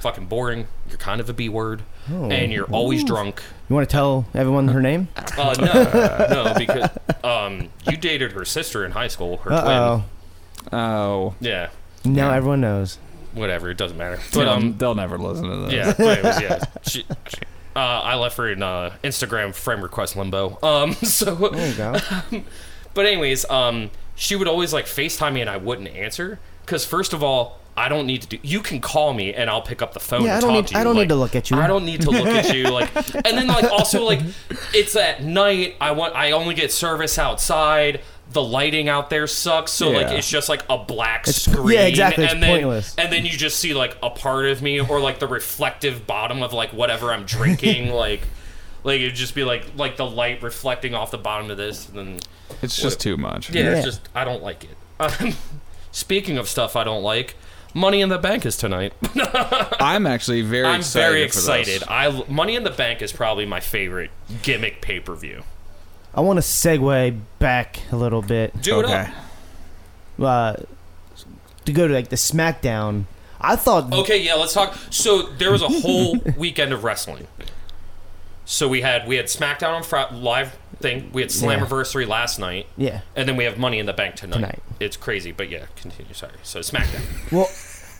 fucking boring. You're kind of a b word, and you're always drunk." You want to tell everyone her name? Uh, no, no, because um, you dated her sister in high school, her Uh oh. Oh. twin. Yeah, Now everyone knows. whatever. It doesn't matter. But But um, they'll never listen to this. yeah, but it was, yeah. She, Uh, I left her in uh, Instagram frame request limbo. Um, *laughs* so There you *laughs* go. But anyways, um, she would always like FaceTime me and I wouldn't answer because first of all, I don't need to do. You can call me and I'll pick up the phone. and Yeah, I don't talk need- to you. I don't need Like, to look at you. I don't need to look at you. *laughs* Like, and then like also like, it's at night. I want. I only get service outside. The lighting out there sucks. So like, Yeah. it's just like a black It's- yeah, screen. exactly, it's and then, pointless. And then you just see like a part of me or like the reflective bottom of like whatever I'm *laughs* drinking. like, like it'd just be like like the light reflecting off the bottom of this and then. It's just too much. Yeah, Yeah. it's just I don't like it. Um, *laughs* speaking of stuff I don't like, Money in the Bank is tonight. I'm actually very I'm excited. very for this. excited. I l- Money in the Bank is probably my favorite gimmick pay per view. I want to segue back a little bit Do it okay. up. uh, to go to like the SmackDown. I thought Okay, yeah, let's talk. So there was a whole weekend of wrestling. So we had we had SmackDown on Friday live thing. We had Slammiversary last night, yeah. and then we have Money in the Bank tonight. Tonight. It's crazy, but yeah, continue. Sorry. So SmackDown. Well,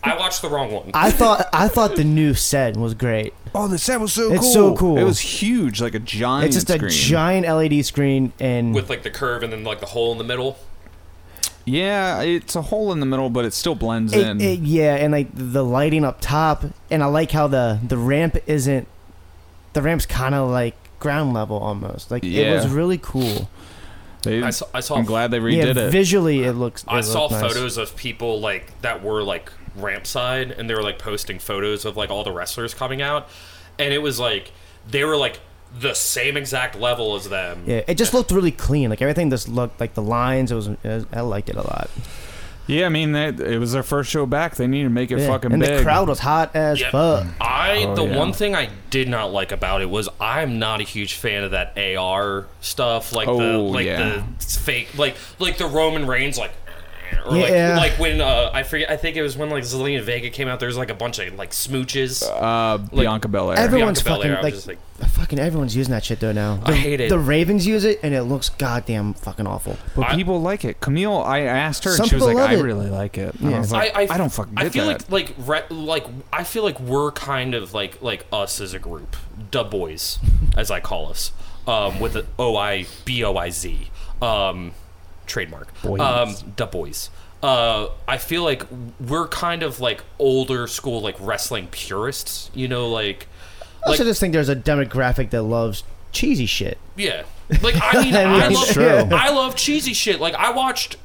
I watched the wrong one. I thought I thought the new set was great. Oh, the set was so It's so cool. It was huge, like a giant. It's just a screen. giant LED screen and with like the curve and then like the hole in the middle. Yeah, it's a hole in the middle, but it still blends in. it, it- yeah, and like the lighting up top, and I like how the the ramp isn't the ramp's kind of like ground level almost. Like it Yeah. was really cool. They- I saw. I saw I'm glad they yeah, redid it. visually it looks. It I saw looked nice. photos of people like that were like ramp side and they were like posting photos of like all the wrestlers coming out and it was like they were like the same exact level as them. Yeah, it just looked really clean. Like everything just looked like the lines. It was. It was I liked it a lot. Yeah, I mean, they, it was their first show back. They needed to make it Yeah, fucking and big. the crowd was hot as Yep. fuck. I Oh, the yeah. one thing I did not like about it was I'm not a huge fan of that AR stuff like the Oh, like yeah. the fake like like the Roman Reigns like or Yeah. like like when uh, I forget I think it was when like Zelina Vega came out there was like a bunch of like smooches. Uh, Bianca Belair. Everyone's Bianca fucking Belair, I was like, just like- fucking everyone's using that shit though now. I The- hate it. The Ravens use it and it looks goddamn fucking awful. but I- people like it. Camille, I asked her, Some and she was like, people love "I it. really like it." And Yeah. I was like, "I, don't fucking get I feel that." like like re, like I feel like we're kind of like like us as a group, da boys, as I call us, um, with the O I B O I Z, um, trademark. Boys. Um, da boys. Uh, I feel like we're kind of like older school like wrestling purists. You know, like I also Like- just think there's a demographic that loves cheesy shit. Yeah. Like I mean, I, I mean, that's love true. I love cheesy shit. Like I watched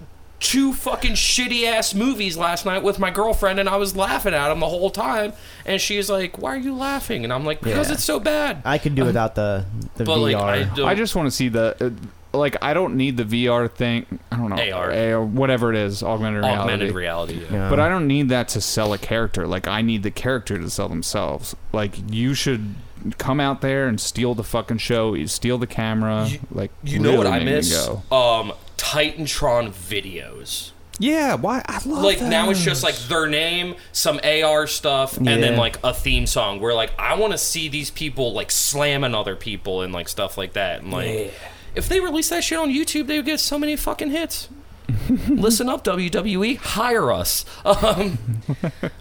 two fucking shitty ass movies last night with my girlfriend, and I was laughing at them the whole time. And she's like, "Why are you laughing?" And I'm like, "Because Yeah. it's so bad." I could do without the the Um, but VR. like, I don't. I just want to see the. Uh, like I don't need the VR thing. I don't know AR. AR whatever it is, augmented, augmented reality. reality. yeah. Yeah. But I don't need that to sell a character. Like I need the character to sell themselves. Like you should come out there and steal the fucking show. You steal the camera. You- like You know what really I make me miss? go. Um, Titantron videos. Yeah, why I love like now it's those. just like their name, some AR stuff, and then Yeah. like a theme song. Where like I want to see these people like slamming other people and like stuff like that. And like if they release that shit on YouTube, they would get so many fucking hits. *laughs* Listen up, WWE, hire us. *laughs* Um,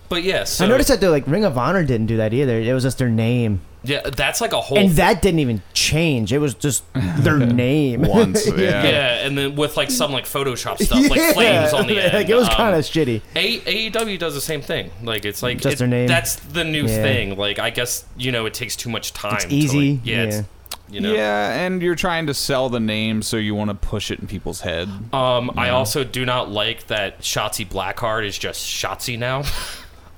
but yeah, so I noticed that though, like Ring of Honor didn't do that either. It was just their name, yeah, that's like a whole. and that didn't even change. It was just their name. *laughs* once. *laughs* Yeah. yeah, and then with like some like Photoshop stuff, Yeah. like flames on the end. *laughs* Like, it was Um, kind of shitty. A- AEW does the same thing. Like it's like Just it- their name. That's the new Yeah. thing. Like I guess you know it takes too much time. It's to, easy. like- yeah, Yeah. It's, you know. Yeah, and you're trying to sell the name, so you want to push it in people's head. Um, I also do not like that Shotzi Blackheart is just Shotzi now. *laughs*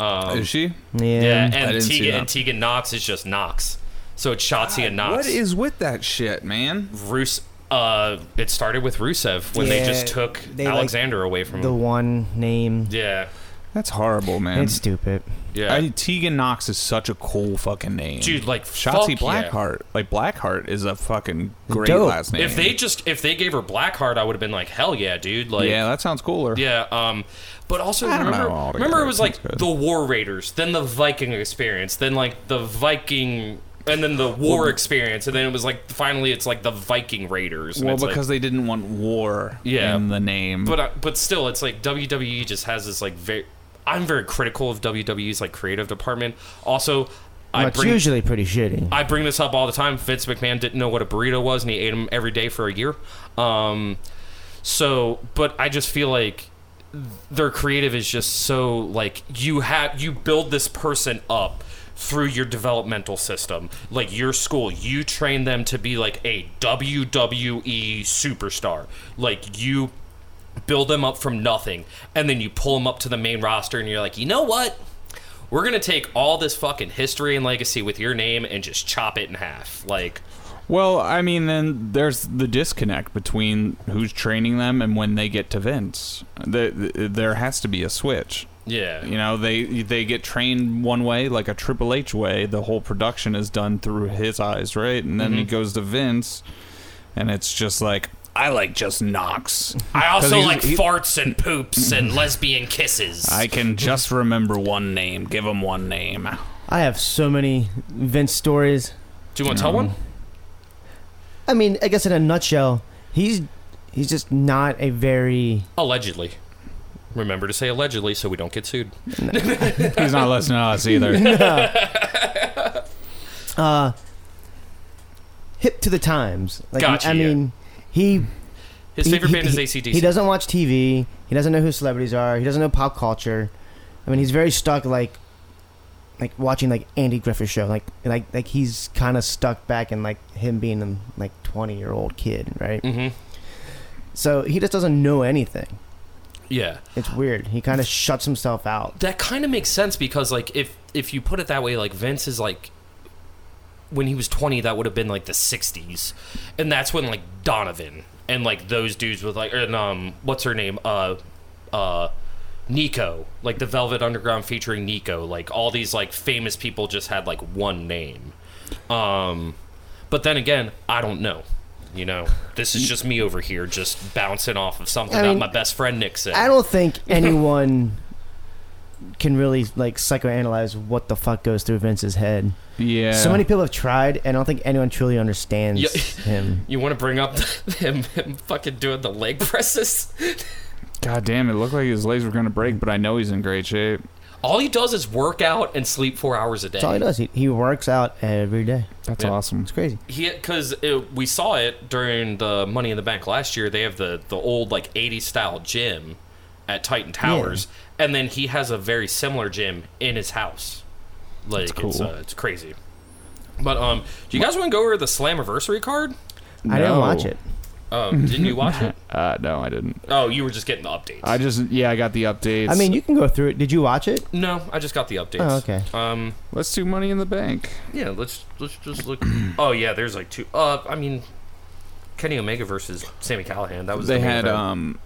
Um, Is she? Yeah. yeah, I and didn't see Tegan that. and Tegan Knox is just Knox. So it's Shotzi and Knox. What is with that shit, man? Rus? Uh, it started with Rusev when they Yeah, just took they, like, Alexander away from The him. one name. Yeah, That's horrible, man. It's stupid. yeah. I, Tegan Knox is such a cool fucking name, Dude, like, Shotzi fuck yeah. Blackheart. Like Blackheart is a fucking great Dope. last name. if they just if they gave her Blackheart, I would have been like, hell yeah, dude. Like, yeah, that sounds cooler. Yeah, um, but also I don't remember, know altogether. remember it was like That's good. the War Raiders, then the Viking experience, then like the Viking, and then the War experience, and then it was like finally it's like the Viking Raiders. and Well, it's, like- because they didn't want war Yeah. in the name. but uh, but still, it's like E WWE just has this like very. I'm very critical of WWE's like creative department. Also, I it's bring- usually pretty shitty. I bring this up all the time. Vince McMahon didn't know what a burrito was, and he ate them every day for a year. Um, so, but I just feel like their creative is just so like you have you build this person up through your developmental system, like your school, you train them to be like a WWE superstar. Like you build them up from nothing, and then you pull them up to the main roster, and you're like, you know what? We're gonna take all this fucking history and legacy with your name and just chop it in half. Like, Well, I mean, then there's the disconnect between who's training them and when they get to Vince. The, the, there has to be a switch. yeah, You know, they they get trained one way, like a Triple H way. The whole production is done through his eyes, right? And Mm-hmm. then he goes to Vince, and it's just like I like just Knox. *laughs* I also he's- like he- farts and poops *laughs* and lesbian kisses. I can just remember one name. Give him *laughs* one name. I have so many Vince stories. Do you want to tell one? I mean, I guess in a nutshell, he's he's just not a very Allegedly. Remember to say allegedly so we don't get sued. He's not listening to us either. *laughs* uh, hip to the times. Like, Gotcha, I yeah. mean, he His He- favorite he- band is he- ACDC. He doesn't watch TV. He doesn't know who celebrities are. He doesn't know pop culture. I mean, he's very stuck like like watching like Andy Griffith show. Like like like he's kind of stuck back in like him being a like 20-year-old kid, right? Mm-hmm. So he just doesn't know anything. Yeah. It's weird. He kind of shuts himself out. That kind of makes sense because, like, if if you put it that way, like, Vince is like. When he was 20, that would have been like the 60s. And that's when, like, Donovan and, like, those dudes with, like, and, um, what's her name? Uh, uh, Nico. Like, the Velvet Underground featuring Nico. Like, all these, like, famous people just had, like, one name. Um, but then again, I don't know. You know, this is just me over here, just bouncing off of something I that mean, my best friend Nick said. I don't *laughs* think anyone can really like psychoanalyze what the fuck goes through Vince's head. Yeah. So many people have tried, and I don't think anyone truly understands Yeah. *laughs* him. You want to bring up *laughs* him, him fucking doing the leg *laughs* presses? God damn, it looked like his legs were gonna break, but I know he's in great shape. All he does is work out and sleep four hours a day. That's all he does. He, he works out every day. That's Yeah. awesome. It's crazy. He because we saw it during the Money in the Bank last year. They have the the old like '80s style gym at Titan Towers, and then he has a very similar gym in his house. Like it's cool. uh, it's crazy. But um, do you guys want to go over the Slammiversary card? I didn't No. watch it. Um, didn't you watch it? Uh, no, I didn't. Oh, you were just getting the updates. I just yeah, I got the updates. I mean, you can go through it. Did you watch it? no, I just got the updates. Oh, okay. Um, let's do Money in the Bank. Yeah, let's let's just look. oh yeah, there's like two. Uh, I mean, Kenny Omega versus Sammy Callahan. That was they the main had event. um,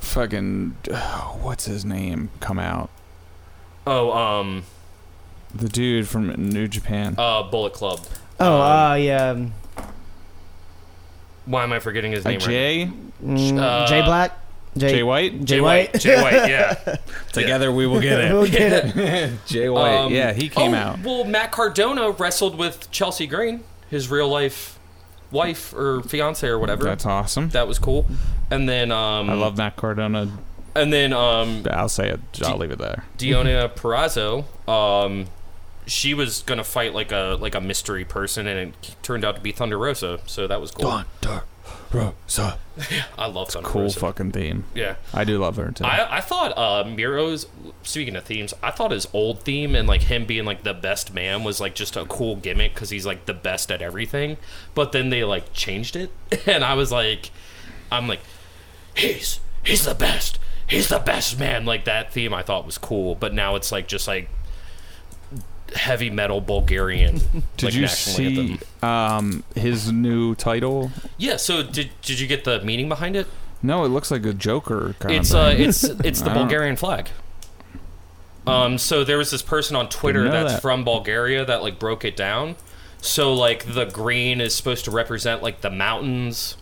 fucking *sighs* what's his name come out? oh um The dude from New Japan. uh Bullet Club. Oh, Um, uh, yeah. um, Why am I forgetting his Uh, name? Right? Jay mm, uh, Jay Black. Jay White. Jay, Jay White. White. *laughs* Jay White. *laughs* Yeah. Together we will get Who did it? *laughs* Jay White. Um, yeah, he came oh, out. Well, Matt Cardona wrestled with Chelsea Green, his real life wife or fiance or whatever. That's awesome. that was cool. And then um I love Matt Cardona. and then um I'll say it. I'll Do- leave it there. Diona Perazzo, um, she was gonna fight like a like a mystery person, and it turned out to be Thunder Rosa, so that was cool. Rosa. I love Thunder Cool Rosa. fucking theme. Yeah, I do love her too. I I thought uh, Miro's speaking of themes, I thought his old theme and like him being like the best man was like just a cool gimmick because he's like the best at everything. But then they like changed it, *laughs* and I was like, I'm like, he's he's the best. He's the best man. Like that theme, I thought was cool, but now it's like just like heavy metal Bulgarian. *laughs* Did like, you national see anthem. um, his new title? Yeah. So did did you get the meaning behind it? No, it looks like a Joker kind It's of uh, thing. it's it's the *laughs* I don't- Bulgarian flag. Um, so there was this person on Twitter know that's that. from Bulgaria that like broke it down. So like the green is supposed to represent like the mountains.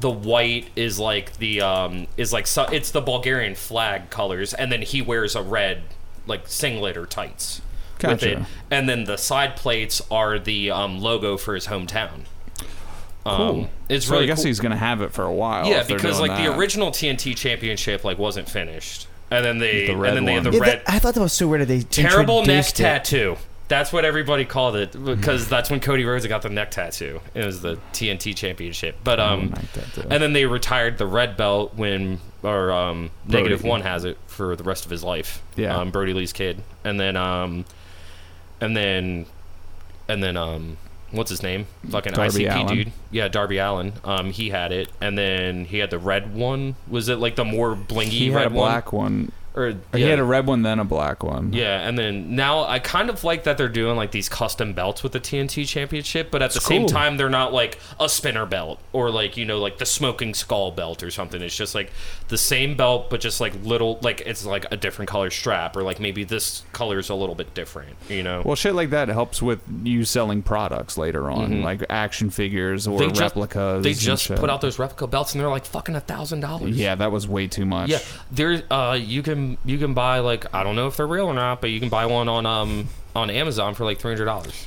The white is like the um is like so, it's the Bulgarian flag colors, and then he wears a red like singlet or tights with Gotcha. it, and then the side plates are the um logo for his hometown. Um, Cool. It's so really I guess cool. he's gonna have it for a while. Yeah, if they're because doing like that. the original TNT Championship like wasn't finished, and then they The and red then they had *laughs* the one. Yeah, red that- I thought that was so weird that they terrible neck introduced it. tattoo. That's what everybody called it because that's when Cody Rhodes got the neck tattoo. It was the TNT Championship. Oh But um, like that, too. and then they retired the red belt when or um, Brody. negative one has it for the rest of his life. Yeah. um, Brody Lee's kid, and then um, and then and then um, what's his name? Fucking Darby ICP Allin. dude. Yeah, Darby Allen. Um, he had it, and then he had the red one. Was it like the more blingy he red had a black one. one? Or Or He had a red one, then a black one. yeah, and then now I kind of like that they're doing like these custom belts with the TNT Championship, but at the same cool. time they're not like a spinner belt or like you know like the smoking skull belt or something. It's just like the same belt, but just like little like it's like a different color strap or like maybe this color is a little bit different. You know, Well, shit like that helps with you selling products later on, like action figures or Mm-hmm. they just replicas. they and just shit. put out those replica belts and they're like fucking a thousand dollars. Yeah, that was way too much. Yeah, there. Uh, you can you can buy like I don't know if they're real or not, but you can buy one on um on Amazon for like three hundred dollars.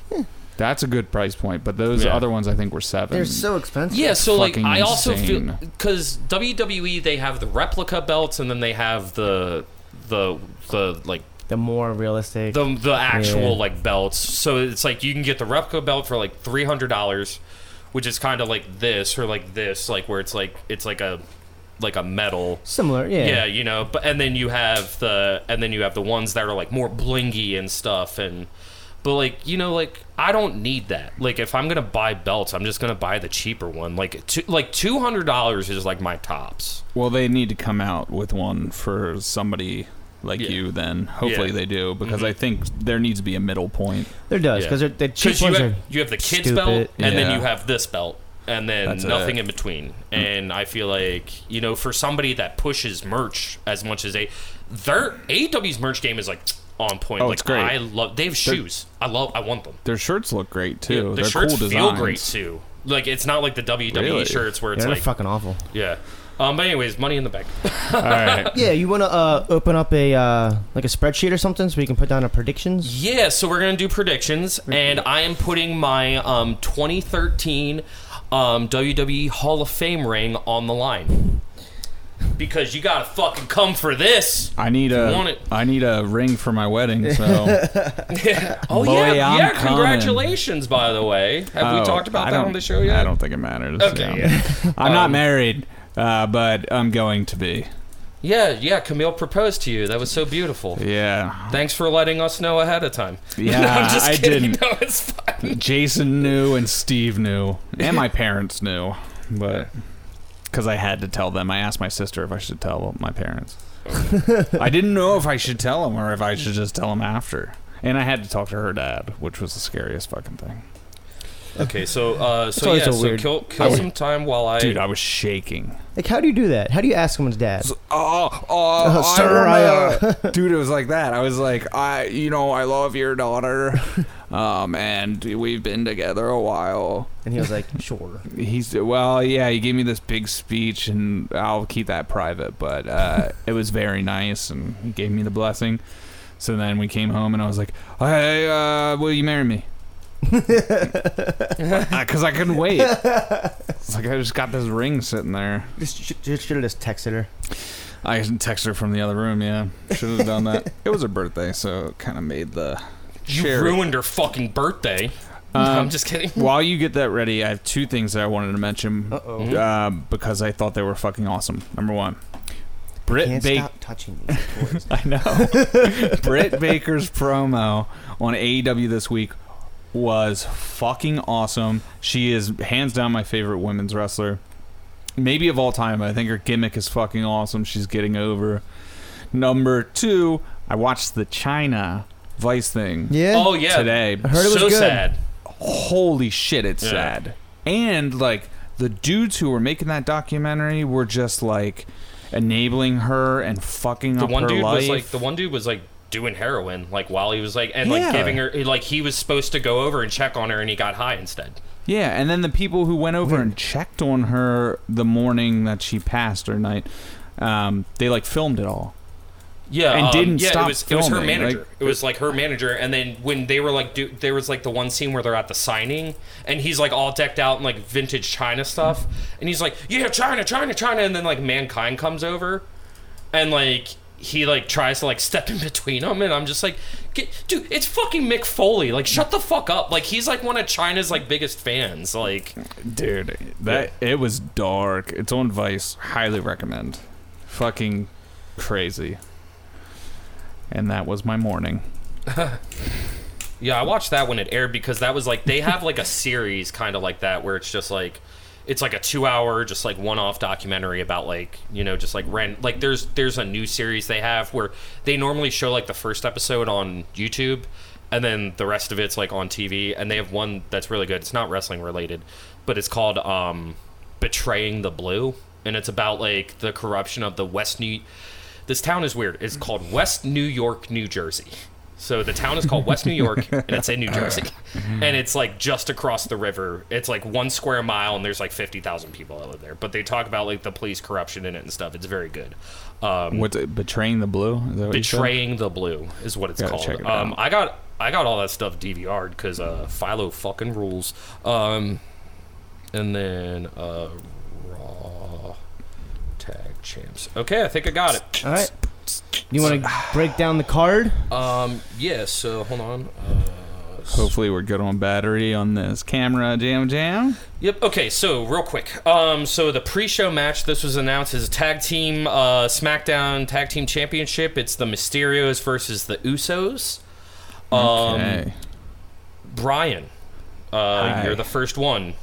That's a good price point, but those Yeah. other ones I think were seven. They're so expensive. Yeah, so like fucking I also feel insane. because WWE E, they have the replica belts and then they have the the the like The more realistic. the the actual Yeah. like belts. So it's like you can get the replica belt for like three hundred dollars, which is kind of like this or like this, like where it's like it's like a like a metal. Similar, yeah. Yeah. you know, but and then you have the and then you have the ones that are like more blingy and stuff and but like you know like I don't need that. Like if I'm gonna buy belts, I'm just gonna buy the cheaper one. Like two, like two hundred dollars is like my tops. Well, they need to come out with one for somebody like Yeah. you. Then Yeah. hopefully Mm-hmm. they do because I think there needs to be a middle point. There does, Yeah. because the cheap Because you ones are. have you have the kids stupid. belt and then Yeah. you have this belt and then That's nothing it. in between. And I feel like you know for somebody that pushes merch as much as they, their AEW's merch game is like on point. Oh, like it's great. I love they have shoes. I love I want them. Their shirts look great Yeah, too. the They're shirts cool designs. feel great too. Like it's not like the WWE Really? shirts where Yeah, it's they're like fucking awful. yeah. Um, but anyways, money in the bank. *laughs* All right. Yeah, you want to uh, open up a uh, like a spreadsheet or something so we can put down our predictions. Yeah, so we're gonna do predictions, and I am putting my um 2013 um WWE Hall of Fame ring on the line because you gotta fucking come for this. I need want a it. I need a ring for my wedding. *laughs* So Oh *laughs* *laughs* Boy, yeah, I'm yeah! coming. Congratulations, by the way. Have Oh, we talked about I that don't- on the show yet? I don't think it matters. Okay, yeah. *laughs* I'm Um, not married, uh, but I'm going to be. Yeah, yeah. Camille proposed to you. That was so beautiful. Yeah, Thanks for letting us know ahead of time. *laughs* yeah. no, I'm just I kidding. *laughs* didn't. No, it's fine. Jason knew and Steve knew *laughs* and my parents knew, but because I had to tell them, I asked my sister if I should tell *laughs* my parents. I didn't know if I should tell them or if I should just tell them after, and I had to talk to her dad, which was the scariest fucking thing. Okay, so uh, so always yeah, so so weird. kill kill some time while I Dude, I was shaking. Like, how do you do that? How do you ask someone's dad? Oh, oh, Uh, sir, I, *laughs* dude, it was like that. I was like, I, you know, I love your *laughs* daughter, um, and we've been together a while. And he was like, *laughs* sure. He's well, yeah. He gave me this big speech, and I'll keep that private. But *laughs* uh, it was very nice, and he gave me the blessing. So then we came home, and I was like, "Hey, uh, will you marry *laughs* me?" Because I couldn't *laughs* wait. It's like I just got this ring sitting there. Just, just should have just texted her. I can text her from the other room. Yeah, should have done that. it was her birthday, so it kind of made the. You Sure. ruined her fucking birthday. *laughs* Um, Um, I'm just kidding. While you get that ready, I have two things that I wanted to Mm-hmm. mention Uh-huh. uh, because I thought they were fucking awesome. Number one, Britt Can't Baker. stop touching these *laughs* toys. I know. *laughs* Britt Baker's promo on AEW this week was fucking awesome. She is hands down my favorite women's wrestler, maybe of all time. I think her gimmick is fucking awesome. She's getting over. Number two, I watched the China Vice thing yeah. Oh yeah, today. I heard it was so good. sad. Holy shit, it's Yeah. sad. And like the dudes who were making that documentary were just like enabling her and fucking The up one her dude life. was like, the one dude was like doing heroin, like while he was like, and Yeah. like giving her, like he was supposed to go over and check on her, and he got high instead. Yeah, and then the people who went over and checked on her the morning that she passed or night, um, they like filmed it all. Yeah, And um, didn't yeah, stop It was, it was her filming, manager. like- it was like her manager, and then when they were like, do, there was like the one scene where they're at the signing, and he's like all decked out in like vintage China stuff, and he's like, "Yeah, China, China, China," and then like mankind comes over, and like he like tries to like step in between them, and I'm just like, get, dude, it's fucking Mick Foley. Like, shut the fuck up. Like, he's like one of China's like biggest fans. Like, Dude, that it was dark. It's on Vice. Highly recommend. Fucking crazy. And that was my morning. yeah, I watched that when it aired because that was like they have like a series kind of like that where it's just like. It's like a two-hour, just like one-off documentary about like you know, just like rent. Like there's there's a new series they have where they normally show like the first episode on YouTube, and then the rest of it's like on TV. And they have one that's really good. It's not wrestling related, but it's called um, "Betraying the Blue," and it's about like the corruption of the West New. This town is weird. It's called West New York, New Jersey. So the town is called West New *laughs* York, and it's in New Jersey, Mm-hmm. and it's like just across the river. It's like one square mile, and there's like fifty thousand people that live there. But they talk about like the police corruption in it and stuff. It's very good. Um, What's it? Betraying the Blue? Is that what you said? Betraying the Blue is what it's Gotta called. check it um, out. I got I got all that stuff DVR'd because uh, Philo fucking rules. Um, and then uh, Raw Tag Champs. Okay, I think I got it. All right. *sighs* You want to break down the card? Um, yeah. So hold on. Uh, Hopefully, we're good on battery on this camera. Jam, jam. Yep. Okay. So real quick. Um. So the pre-show match. This was announced as a tag team uh, SmackDown Tag Team Championship. It's the Mysterios versus the Usos. Um, Okay. Brian, uh, Hi. you're the first one.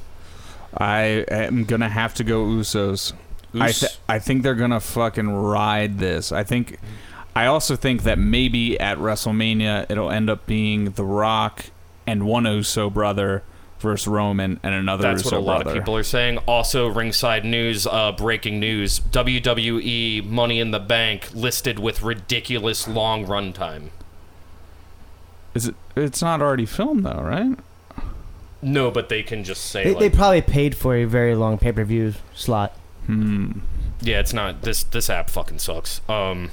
I am gonna have to go Usos. I Us- th- I think they're gonna fucking ride this. I think. I also think that maybe at WrestleMania it'll end up being The Rock and one Uso brother versus Roman and another That's Uso what a lot brother. of people are saying. Also, ringside news, uh, breaking news: WWE Money in the Bank listed with ridiculous long runtime. Is it? It's not already filmed though, right? No, but they can just say They, like, they probably paid for a very long pay per view slot. Hmm. yeah, it's not. This this app fucking sucks. *laughs* Um,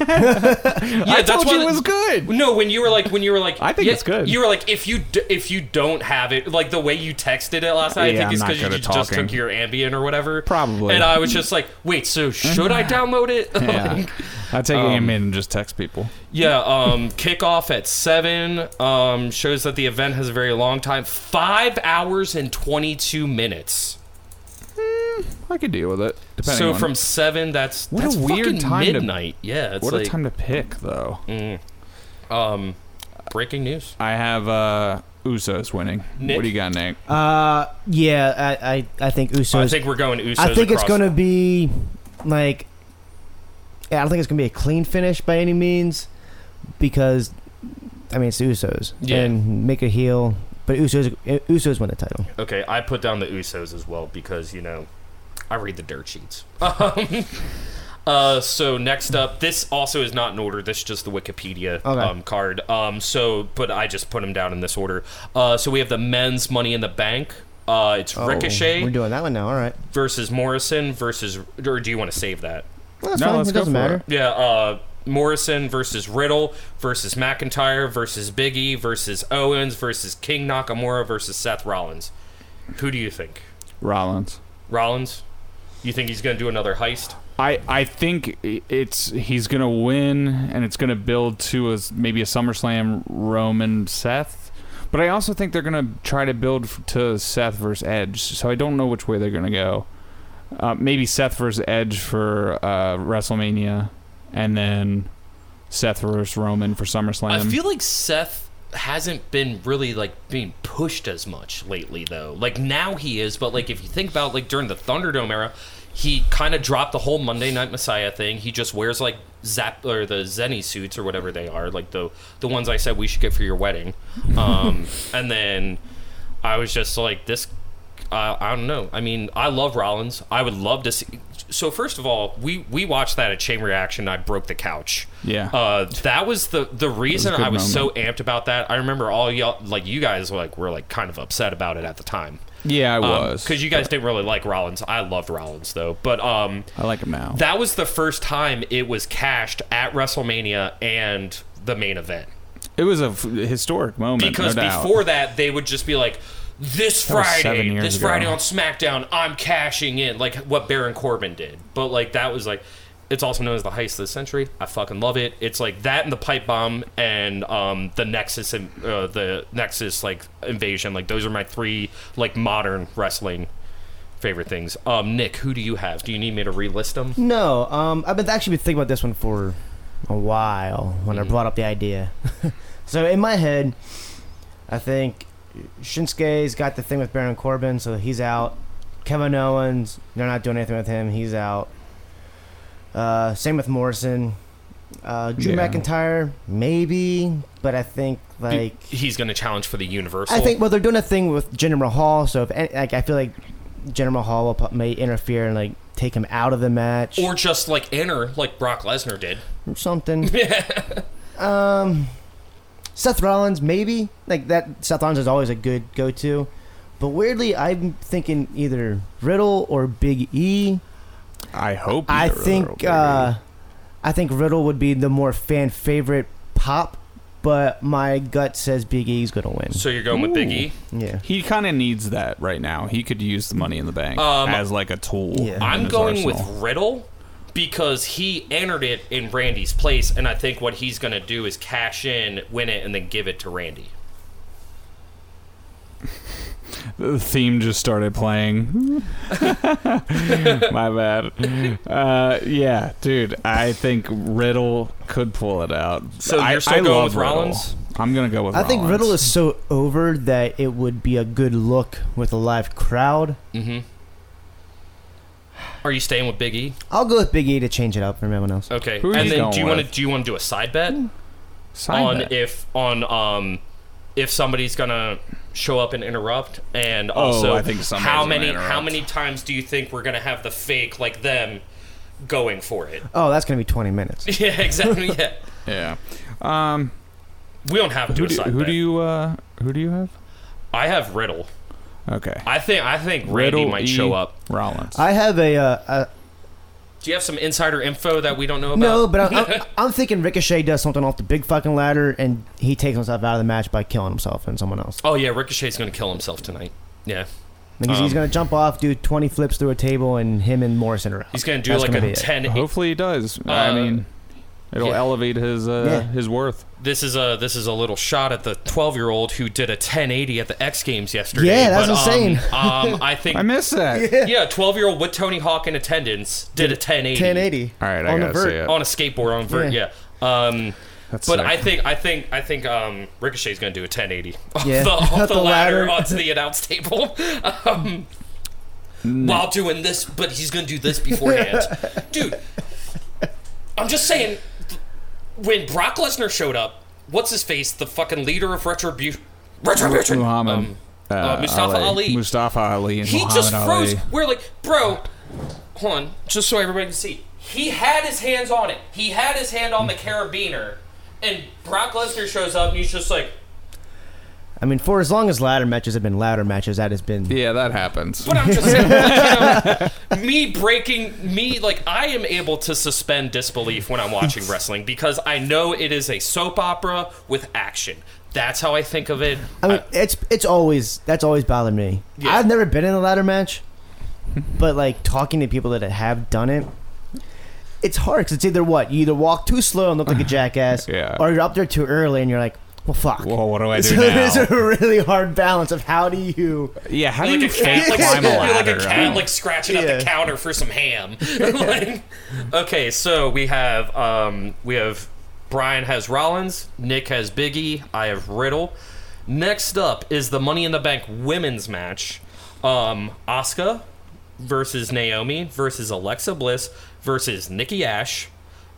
yeah, I that's told why you the- it was good. No, when you were *laughs* like, when you were like, I think yeah, it's good. You were like, if you d- if you don't have it, like the way you texted it last night, Yeah, I think I'm it's not because you good j- at just talking. took your Ambien or whatever. Probably. And I was just like, wait, so should *laughs* I download it? *laughs* Yeah. Like, I take Um, him in and just text people. yeah. Um, kickoff at seven. Um, shows that the event has a very long time, five hours and twenty two minutes. I could deal with it. Depending so on from seven, that's What a that's weird fucking time to- midnight. yeah. It's what like, Mm. a time to pick though. um, breaking news. I have uh Usos winning. Nick? What do you got, Nick? Uh, yeah, I, I, I think Usos. I think we're going Usos. I think it's across- gonna be like yeah, I don't think it's gonna be a clean finish by any means because I mean it's the Usos Yeah. and make a heel, but Usos Usos win the title. Okay, I put down the Usos as well because you know I read the dirt sheets. *laughs* Um, uh, so next up, this also is not in order. This is just the Wikipedia Okay. um, card. Um, so, but I just put them down in this order. Uh, so we have the men's Money in the Bank. Uh, it's Oh, we're Ricochet doing that one now. All right, versus Morrison versus, or do you want to save that? well, that's No, fine. let's It go doesn't for matter. it. Yeah, uh, Morrison versus Riddle versus McIntyre versus Biggie versus Owens versus King Nakamura versus Seth Rollins. Who do you think? Rollins. Rollins? You think he's going to do another heist? I, I think i- it's he's gonna win and it's gonna build to a, maybe a SummerSlam Roman Seth, but I also think they're gonna try to build f- to Seth versus Edge. So I don't know which way they're gonna go. Uh, maybe Seth versus Edge for uh, WrestleMania, and then Seth versus Roman for SummerSlam. I feel like Seth hasn't been really like being pushed as much lately though. Like now he is, but like if you think about like during the Thunderdome era, he kind of dropped the whole Monday Night Messiah thing. He just wears like Zap or the Zenny suits or whatever they are, like the the ones I said we should get for your wedding. Um and then I was just like this I I don't know. I mean, I love Rollins. I would love to see. So first of all, we we watched that at Chain Reaction. I broke the couch. Yeah. Uh, that was the the reason good I was so amped about that. I remember all y'all like you guys like were like kind of upset about it at the time. yeah, I was. because Um, you guys didn't really like Rollins. I loved Rollins though, but um, I like him now. that was the first time it was cashed at WrestleMania and the main event. It was a f- historic moment. no Because doubt. before that, they would just be like, this That was seven Friday, years this ago. Friday on SmackDown, I'm cashing in, like what Baron Corbin did. But like that was like, It's also known as the heist of the century. I fucking love it. It's like that and the pipe bomb and um, the Nexus and uh, the Nexus like invasion. Like those are my three like modern wrestling favorite things. Um, Nick, who do you have? Do you need me to relist them? No, um, I've been actually been thinking about this one for a while when I brought up the idea. *laughs* so in my head, I think Shinsuke's got the thing with Baron Corbin, so he's out. Kevin Owens, they're not doing anything with him. He's out. Uh, same with Morrison. Uh, Drew Yeah. McIntyre, maybe, but I think like He's going to challenge for the Universal. I think well they're doing a thing with General Hall, so if any, like I feel like General Hall will, pro- may interfere and like take him out of the match or just like enter like Brock Lesnar did. or something. Um, Seth Rollins maybe like that. Seth Rollins is always a good go-to, but weirdly I'm thinking either Riddle or Big E. I hope. I either of think them are uh, I think Riddle would be the more fan favorite pop, but my gut says Big E's gonna win. So you're going with Big E. Yeah. He kind of needs that right now. He could use the money in the bank Um, as like a tool. Yeah. in I'm his going arsenal. with Riddle because he entered it in Randy's place, and I think what he's going to do is cash in, win it, and then give it to Randy. the theme just started playing. *laughs* My bad. Uh, yeah, dude. I think Riddle could pull it out. So I, you're still I going love with Riddle. Rollins? I'm gonna go with. I think Rollins. Riddle is so over that it would be a good look with a live crowd. Mm-hmm. Are you staying with Big E? I'll go with Big E to change it up for everyone else. Okay. Who are and you then going do you want to with? Hmm, do you want to do a side bet Sign on that. if on um if somebody's going to show up and interrupt and Oh, also I think somebody's how gonna many how interrupt. many times do you think we're going to have the fake like them going for it? *laughs* Oh, that's gonna be 20 minutes. yeah, exactly. Yeah. Yeah. Um. We don't have to Who do, a do, side who bet. do you uh Who do you have? I have Riddle. Okay. I think I think Randy Riddle, might E, show up. Rollins. I have a, uh, a Do you have some insider info that we don't know about? no, but *laughs* I'm, I'm, I'm thinking Ricochet does something off the big fucking ladder and he takes himself out of the match by killing himself and someone else. Oh yeah, Ricochet's gonna kill himself tonight. Yeah, Like he's, he's Um, gonna jump off, do 20 flips through a table, and him and Morrison are out. he's gonna do That's like gonna be a it. Uh-huh. ten. Hopefully he does. I Uh, mean, it'll yeah. elevate his uh, Yeah. his worth. This is a this is a little shot at the twelve year old who did a ten eighty at the X Games yesterday. Yeah, that's but, um, insane. Um, *laughs* I think I miss *laughs* that. yeah, twelve year old with Tony Hawk in attendance did a ten eighty. 1080. All right, I On the gotta vert. see it. on a skateboard on vert. Yeah. Yeah. Um, That's but sick. I think I think I think um, Ricochet's gonna do a 1080 off Yeah. the, off Up the the ladder ladder. onto the announce table *laughs* um, while doing this. But he's gonna do this beforehand, dude. I'm just saying, th- when Brock Lesnar showed up, what's his face? The fucking leader of Retribution. Retribution. Muhammad. Um, uh, Mustafa Ali. Mustafa Ali. And he Muhammad just Ali. froze. We're like, bro, hold on, just so everybody can see. He had his hands on it. He had his hand on the carabiner, and Brock Lesnar shows up, and he's just like, I mean, for as long as ladder matches have been ladder matches, that has been. Yeah, that happens. "But I'm just saying, like, you know, *laughs* me breaking me like I am able to suspend disbelief when I'm watching wrestling because I know it is a soap opera with action. That's how I think of it. I mean, it's it's always that's always bothered me. Yeah. I've never been in a ladder match, but like talking to people that have done it, it's hard because it's either what you either walk too slow and look like a *laughs* jackass, Yeah. or you're up there too early and you're like, well, fuck. Well, what do I do *laughs* so there's now? a really hard balance of how do you yeah, how Like do a you cat, *laughs* like, climb a you're like ladder? a cat, like scratching at Yeah. the counter for some ham. *laughs* Like- okay, so we have um, we have Brian has Rollins, Nick has Biggie, I have Riddle. Next up is the Money in the Bank women's match. Um, Asuka versus Naomi versus Alexa Bliss versus Nikki Ash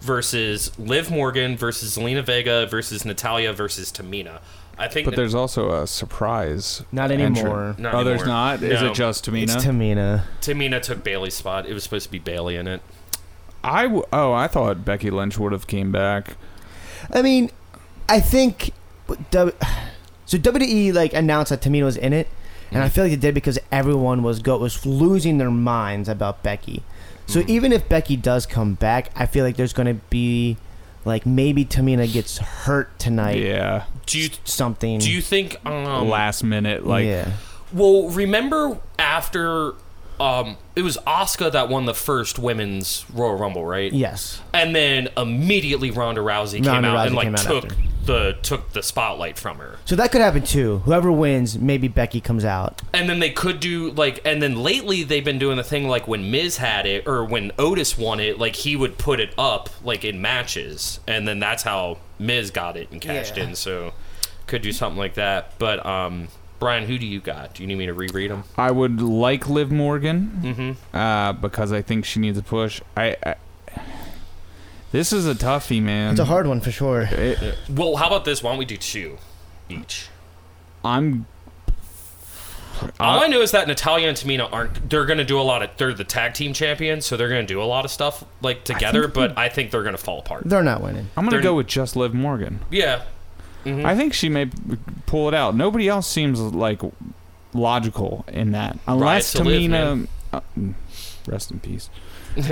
versus Liv Morgan versus Zelina Vega versus Natalia versus Tamina. I think but there's also a surprise. Not entrant. anymore. Not oh, there's anymore. not. Is No. it just it's Tamina? Tamina. Tamina took Bailey's spot. It was supposed to be Bailey in it. I w- oh, I thought Becky Lynch would have came back. I mean, I think w- so. WWE like announced that Tamina was in it, and Mm-hmm. I feel like they did because everyone was go was losing their minds about Becky. So Mm-hmm. even if Becky does come back, I feel like there's going to be like maybe Tamina gets hurt tonight. Yeah, Do you Something. do you think um last minute like yeah. well remember after um, it was Oscar that won the first women's Royal Rumble, right? Yes. And then immediately Ronda Rousey came Ronda out Rousey and like came out took after. the took the spotlight from her. So that could happen too. Whoever wins, maybe Becky comes out. And then they could do like, and then lately they've been doing the thing like when Miz had it or when Otis won it, like he would put it up like in matches, and then that's how Miz got it and cashed Yeah. in. So could do something like that. But um, Brian, who do you got? Do you need me to reread them? I would like Liv Morgan Mm-hmm. uh, because I think she needs a push. I, I this is a toughie, man. Mm-hmm. It's a hard one for sure. It- Well, how about this? Why don't we do two each? I'm. All Uh, I know is that Natalia and Tamina aren't. They're going to do a lot of. They're the tag team champions, so they're going to do a lot of stuff like together. but I think they're going to fall apart. They're not winning. I'm gonna They're- go with just Liv Morgan. Yeah, I think she may pull it out. Nobody else seems like logical in that, unless to Liv, Tamina. man. uh, mm, rest *laughs* in peace.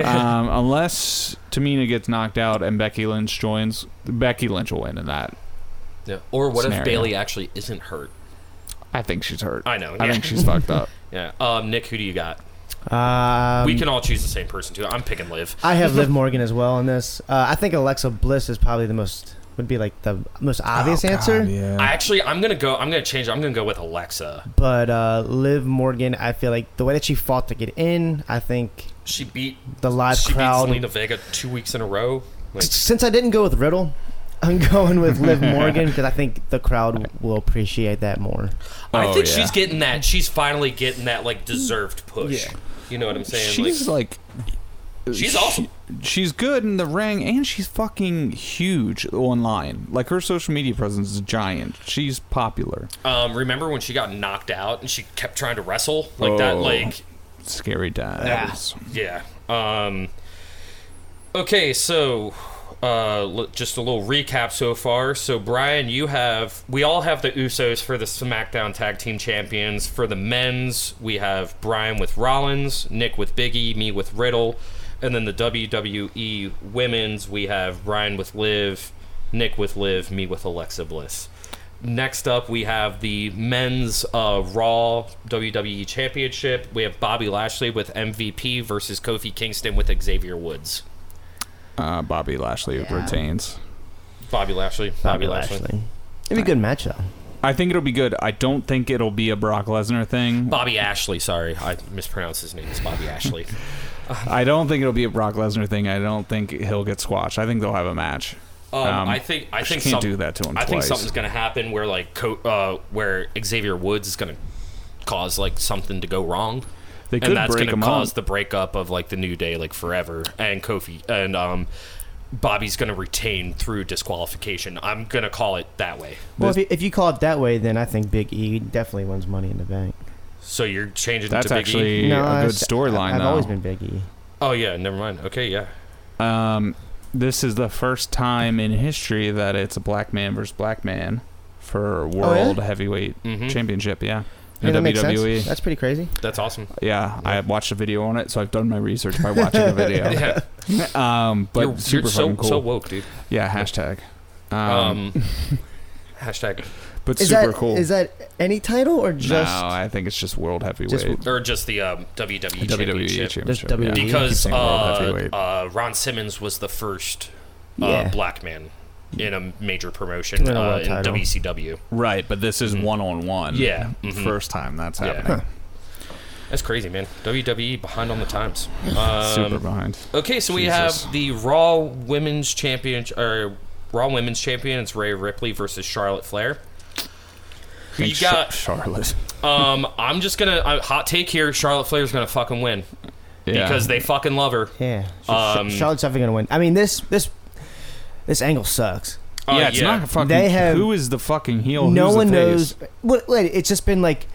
um, unless Tamina gets knocked out and Becky Lynch joins, Becky Lynch will win in that. yeah. Or what Scenario. if Bailey actually isn't hurt? I think she's hurt. I know. I Uh, yeah. think she's *laughs* fucked up. Yeah. Um, Nick, who do you got? Um, we can all choose the same person too. I'm picking Liv. I have Liv Morgan as well on this. Uh, I think Alexa Bliss is probably the most would be like the most obvious answer. I actually, I'm gonna go. I'm gonna change. it. I'm gonna go with Alexa. But uh, Liv Morgan, I feel like the way that she fought to get in, I think She beat. the live she crowd. beat Selena Vega two weeks in a row. Like, Since I didn't go with Riddle, *laughs* I'm going with Liv Morgan because I think the crowd will appreciate that more. I Oh, think yeah. she's getting that. She's finally getting that like deserved push. Yeah. You know what I'm saying? She's like, like, She's she- awesome. She's good in the ring, and she's fucking huge online. Like her social media presence is giant. She's popular. um, remember when she got knocked out and she kept trying to wrestle like that? Oh. Like, Scary times. Yeah. Um, okay, so uh, l- just a little recap so far. So Brian, you have we all have the Usos for the SmackDown Tag Team Champions. For the men's, we have Brian with Rollins, Nick with Biggie, me with Riddle, and then the WWE Women's, we have Brian with Liv, Nick with Liv, me with Alexa Bliss. Next up, we have the men's uh, Raw WWE Championship. We have Bobby Lashley with MVP versus Kofi Kingston with Xavier Woods. Uh, Bobby Lashley retains. Bobby Lashley. Bobby, Lashley. It'd be a good match though. I think it'll be good. I don't think it'll be a Brock Lesnar *laughs* thing. Bobby Ashley. Sorry, I mispronounced his name. It's Bobby *laughs* Ashley. I don't think it'll be a Brock Lesnar thing. I don't think he'll get squashed. I think they'll have a match. Um, Um, I think I she think can't some- do that to him I think twice. something's gonna happen where like co- uh, where Xavier Woods is gonna cause like something to go wrong. They could and that's break gonna him cause up. the breakup of like the new day like forever and kofi and um bobby's gonna retain through disqualification i'm gonna call it that way Well, if you, if you call it that way, then I think Big E definitely wins Money in the Bank. so you're changing That's it to big e actually I- a good storyline, I've though. always been Big E. oh yeah never mind okay yeah Um, this is the first time in history that it's a black man versus black man Oh, for world heavyweight Mhm. championship. Yeah, Yeah, that in makes sense. WWE. That's pretty crazy. that's awesome Yeah, I watched a video on it, so I've done my *laughs* research by watching a video. yeah Um, but you're, you're super so, fucking cool. so woke dude yeah, hashtag. Um, um, *laughs* hashtag but Is super that cool. is that any title or just no, uh, I think it's just world heavyweight. or just the um, wwe, WWE championship, E championship. Just yeah. WWE. because Keep uh, saying world heavyweight. uh, ron simmons was the first uh, Yeah. black man in a major promotion Win a uh, world in title. wcw Right, but this is Mm-hmm. one on one. Yeah, mhm. Mm-hmm. First time that's Yeah. happening. That's crazy, man. WWE behind on the times. Um, *laughs* Super behind. okay, so we Jesus. have the Raw Women's Champion or Raw Women's Champion. It's Ray Ripley versus Charlotte *laughs* Flair. Who you Thanks, got? Char- Charlotte. Um, I'm just gonna uh, hot take here. Charlotte Flair's gonna fucking win *laughs* Yeah. because they fucking love her. yeah? Sh- sh- Um, Charlotte's definitely gonna win. I mean this this this angle sucks. Uh, Oh, yeah, it's not fucking. They have- who is the fucking heel? no who's one the knows. face? What, wait, it's just been like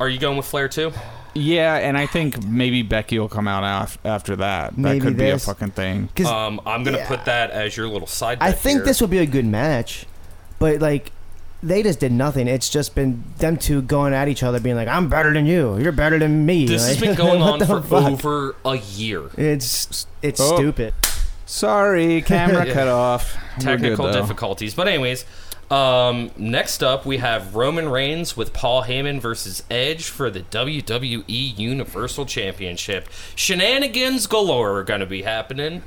Are you going with Flair too? Yeah, and I think maybe Becky will come out af- after that. Maybe that could be a this. fucking thing. because Um, I'm gonna Yeah. put that as your little side. I bet think here. this would be a good match, but like they just did nothing. It's just been them two going at each other, being like, "I'm better than you. You're better than me." This has been Like, going what on the for fuck? over a year. *laughs* It's it's Oh. stupid. Sorry, camera Yeah. *laughs* cut off. We're good, Technical though. difficulties, but anyways, Um, next up, we have Roman Reigns with Paul Heyman versus Edge for the WWE Universal Championship. Shenanigans galore are going to be happening.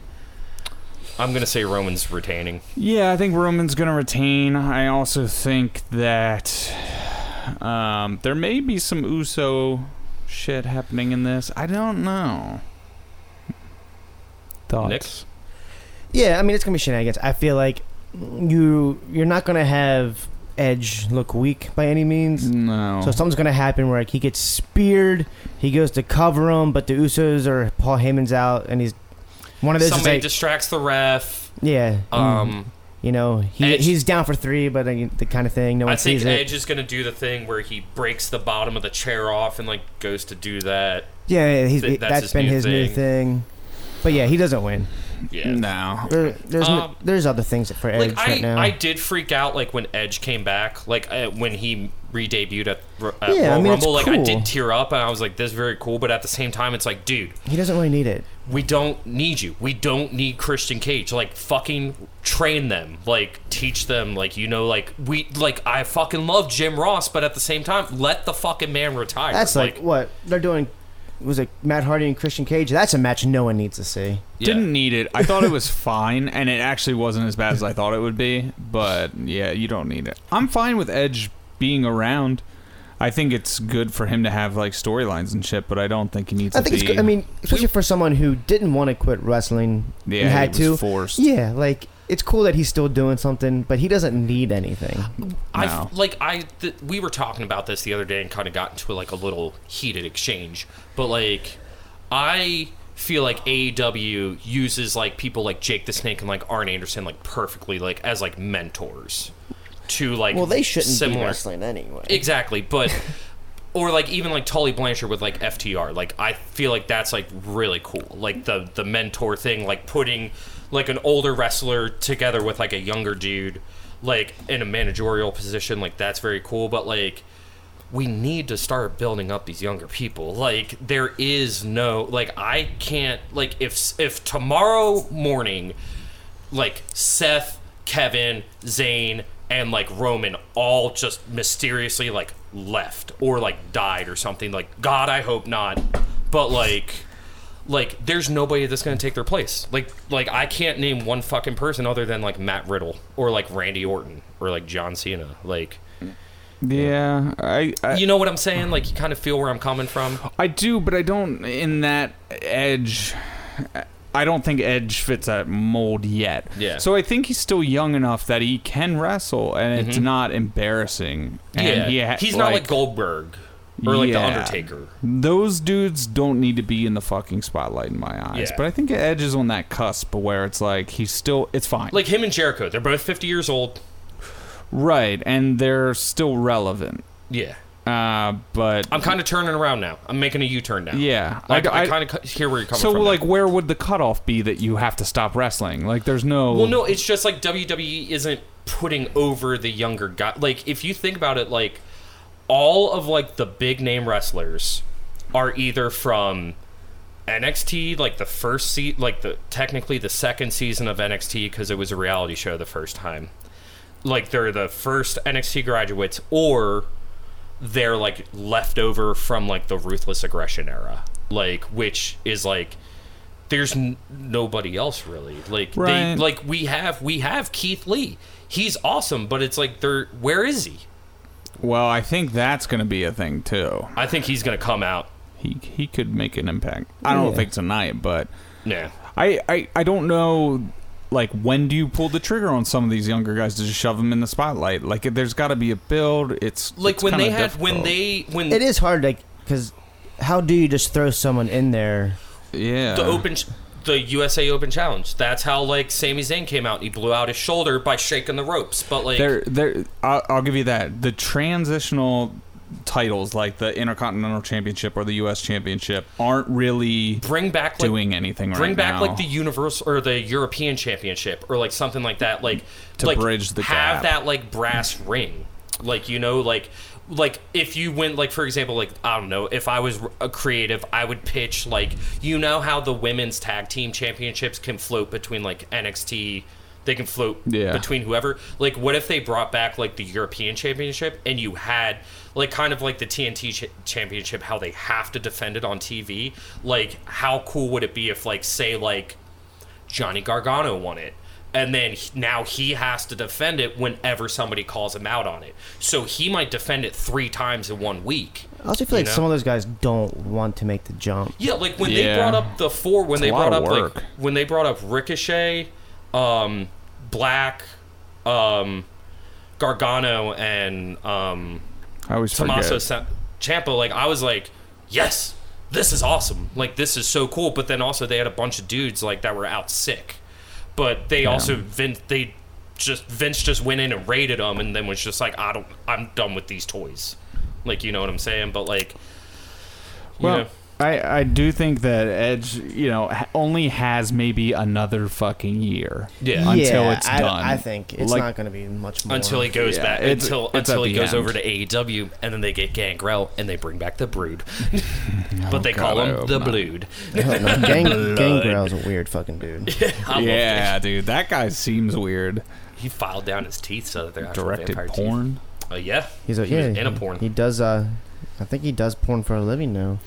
I'm going to say Roman's retaining. Yeah, I think Roman's going to retain. I also think that um, there may be some Uso shit happening in this. I don't know. Thoughts? Nick? Yeah, I mean it's gonna be shenanigans. I feel like you you're not gonna have Edge look weak by any means. No. So something's gonna happen where like he gets speared, he goes to cover him, but the Usos or Paul Heyman's out, and he's one of those. is Mm. Somebody like, distracts the ref. yeah, Um, you know he, Edge- he's down for three, but uh, the kind of thing no one I think sees it. Edge is going to do the thing where he breaks the bottom of the chair off and like goes to do that. Yeah, yeah, he's, Th- that's that's his been new his new thing. thing. But yeah, he doesn't win. Yeah. No. There, there's no- Um, there's other things for Edge Like I, right now. I did freak out like when Edge came back, like uh, when he re-debuted at, Ru- at Yeah, I Royal mean, it's Rumble. Like I cool. did tear up, and I was like, "This is very cool," but at the same time, it's like, dude, he doesn't really need it. we don't need you. We don't need Christian Cage. Like fucking train them. Like teach them. Like you know. Like we. Like I fucking love Jim Ross, but at the same time, let the fucking man retire. That's like, what they're doing. Was it Matt Hardy and Christian Cage? That's a match no one needs to see. yeah. Didn't need it. I thought it was *laughs* fine, and it actually wasn't as bad as I thought it would be. But yeah, you don't need it. I'm fine with Edge being around. I think it's good for him to have like storylines and shit, but I don't think he needs. I to think it's. be- good. I mean, especially for someone who didn't want to quit wrestling yeah, and had he was to. forced. Yeah, like it's cool that he's still doing something, but he doesn't need anything. I No. f- like I th- we were talking about this the other day and kind of got into like a little heated exchange, but like I feel like AEW uses like people like Jake the Snake and like Arn Anderson like perfectly like as like mentors to like similar anyway. exactly, but or like even like Tully Blanchard with like FTR like I feel like that's like really cool like the the mentor thing like putting like an older wrestler together with like a younger dude like in a managerial position like that's very cool but like we need to start building up these younger people. Like there is no like I can't like if if tomorrow morning like Seth, Kevin, Zane and like Roman all just mysteriously like left or like died or something like god I hope not. But like like there's nobody that's going to take their place. Like like I can't name one fucking person other than like Matt Riddle or like Randy Orton or like John Cena. Like Yeah, I, I you know what I'm saying? Like you kind of feel where I'm coming from. I do, but I don't in that Edge. I don't think Edge fits that mold yet. Yeah. So I think he's still young enough that he can wrestle, and it's Mhm. not embarrassing. Yeah, And he ha- he's not like Goldberg or like Yeah. the Undertaker. Those dudes don't need to be in the fucking spotlight in my eyes. Yeah. But I think Edge is on that cusp where it's like he's still it's fine. Like him and Jericho, they're both 50 years old. right, and they're still relevant. Yeah, Uh, but I'm kind of turning around now. I'm making a U-turn now. yeah, like I, I- kind of hear where you're coming so from. now. like where would the cutoff be that you have to stop wrestling? Like there's no well, no, it's just like WWE isn't putting over the younger guy. Like if you think about it, like all of like the big name wrestlers are either from NXT, like the first se- like the technically the second season of NXT because it was a reality show the first time. Like they're the first NXT graduates, or they're like left over from like the ruthless aggression era, like which is like there's n- nobody else really. Like they Right. like we have we have Keith Lee. He's awesome, but it's like they're where is he? Well, I think that's going to be a thing too. I think he's gonna come out. He he could make an impact. I don't Yeah. think tonight, but Nah. I, I I don't know. Like when do you pull the trigger on some of these younger guys to just shove them in the spotlight? Like there's got to be a build. It's Like it's when kinda they had when difficult. they when It is hard, like because how do you just throw someone in there? yeah the open ch- the USA Open Challenge. That's how like Sami Zayn came out. He blew out his shoulder by shaking the ropes. But like There, there. I'll, I'll give you that. The transitional titles, like the Intercontinental Championship or the U.S. Championship, aren't really bring back like doing anything right bring back now. like the universe or the European Championship or like something like that. Like To like, bridge the have gap. that like brass ring. Like you know like like if you went like for example like I don't know if I was a creative I would pitch like you know how the women's tag team championships can float between like NXT. They can float Yeah. between whoever. Like, what if they brought back like the European Championship and you had like kind of like the TNT ch- Championship, how they have to defend it on TV? Like, how cool would it be if like say like Johnny Gargano won it. And then he- now he has to defend it whenever somebody calls him out on it. So he might defend it three times in one week. I also feel like You know? some of those guys don't want to make the jump. Yeah, like when Yeah. they brought up the four, when they a lot brought up of like work. when they brought up Ricochet, um, Black, um, Gargano, and um, I always Tommaso forget. Sa- Ciampa, like I was like, yes, this is awesome. Like this is so cool. But then also they had a bunch of dudes like that were out sick, but they also Vince they just Vince just went in and raided them, and then was just like, I don't, I'm done with these toys. Like you know what I'm saying? But like, you Well, know. I, I do think that Edge, you know, ha- only has maybe another fucking year. Yeah. Until it's I, done. I think it's Like- not going to be much more. until *laughs* he goes Yeah, back it's- until it's at until he the goes end. over to AEW and then they get Gangrel and they bring back the *laughs* Brood, *laughs* but they Oh, God, call I him hope the not. Blood. I don't know. *laughs* Gang, Gangrel's a weird fucking dude. I love that. yeah, dude, that guy seems weird. *laughs* he filed down his teeth so that they're actual Directed vampire teeth. porn. Uh, yeah, He's a, He yeah, was in a porn. He does. Uh, I think he does porn for a living now.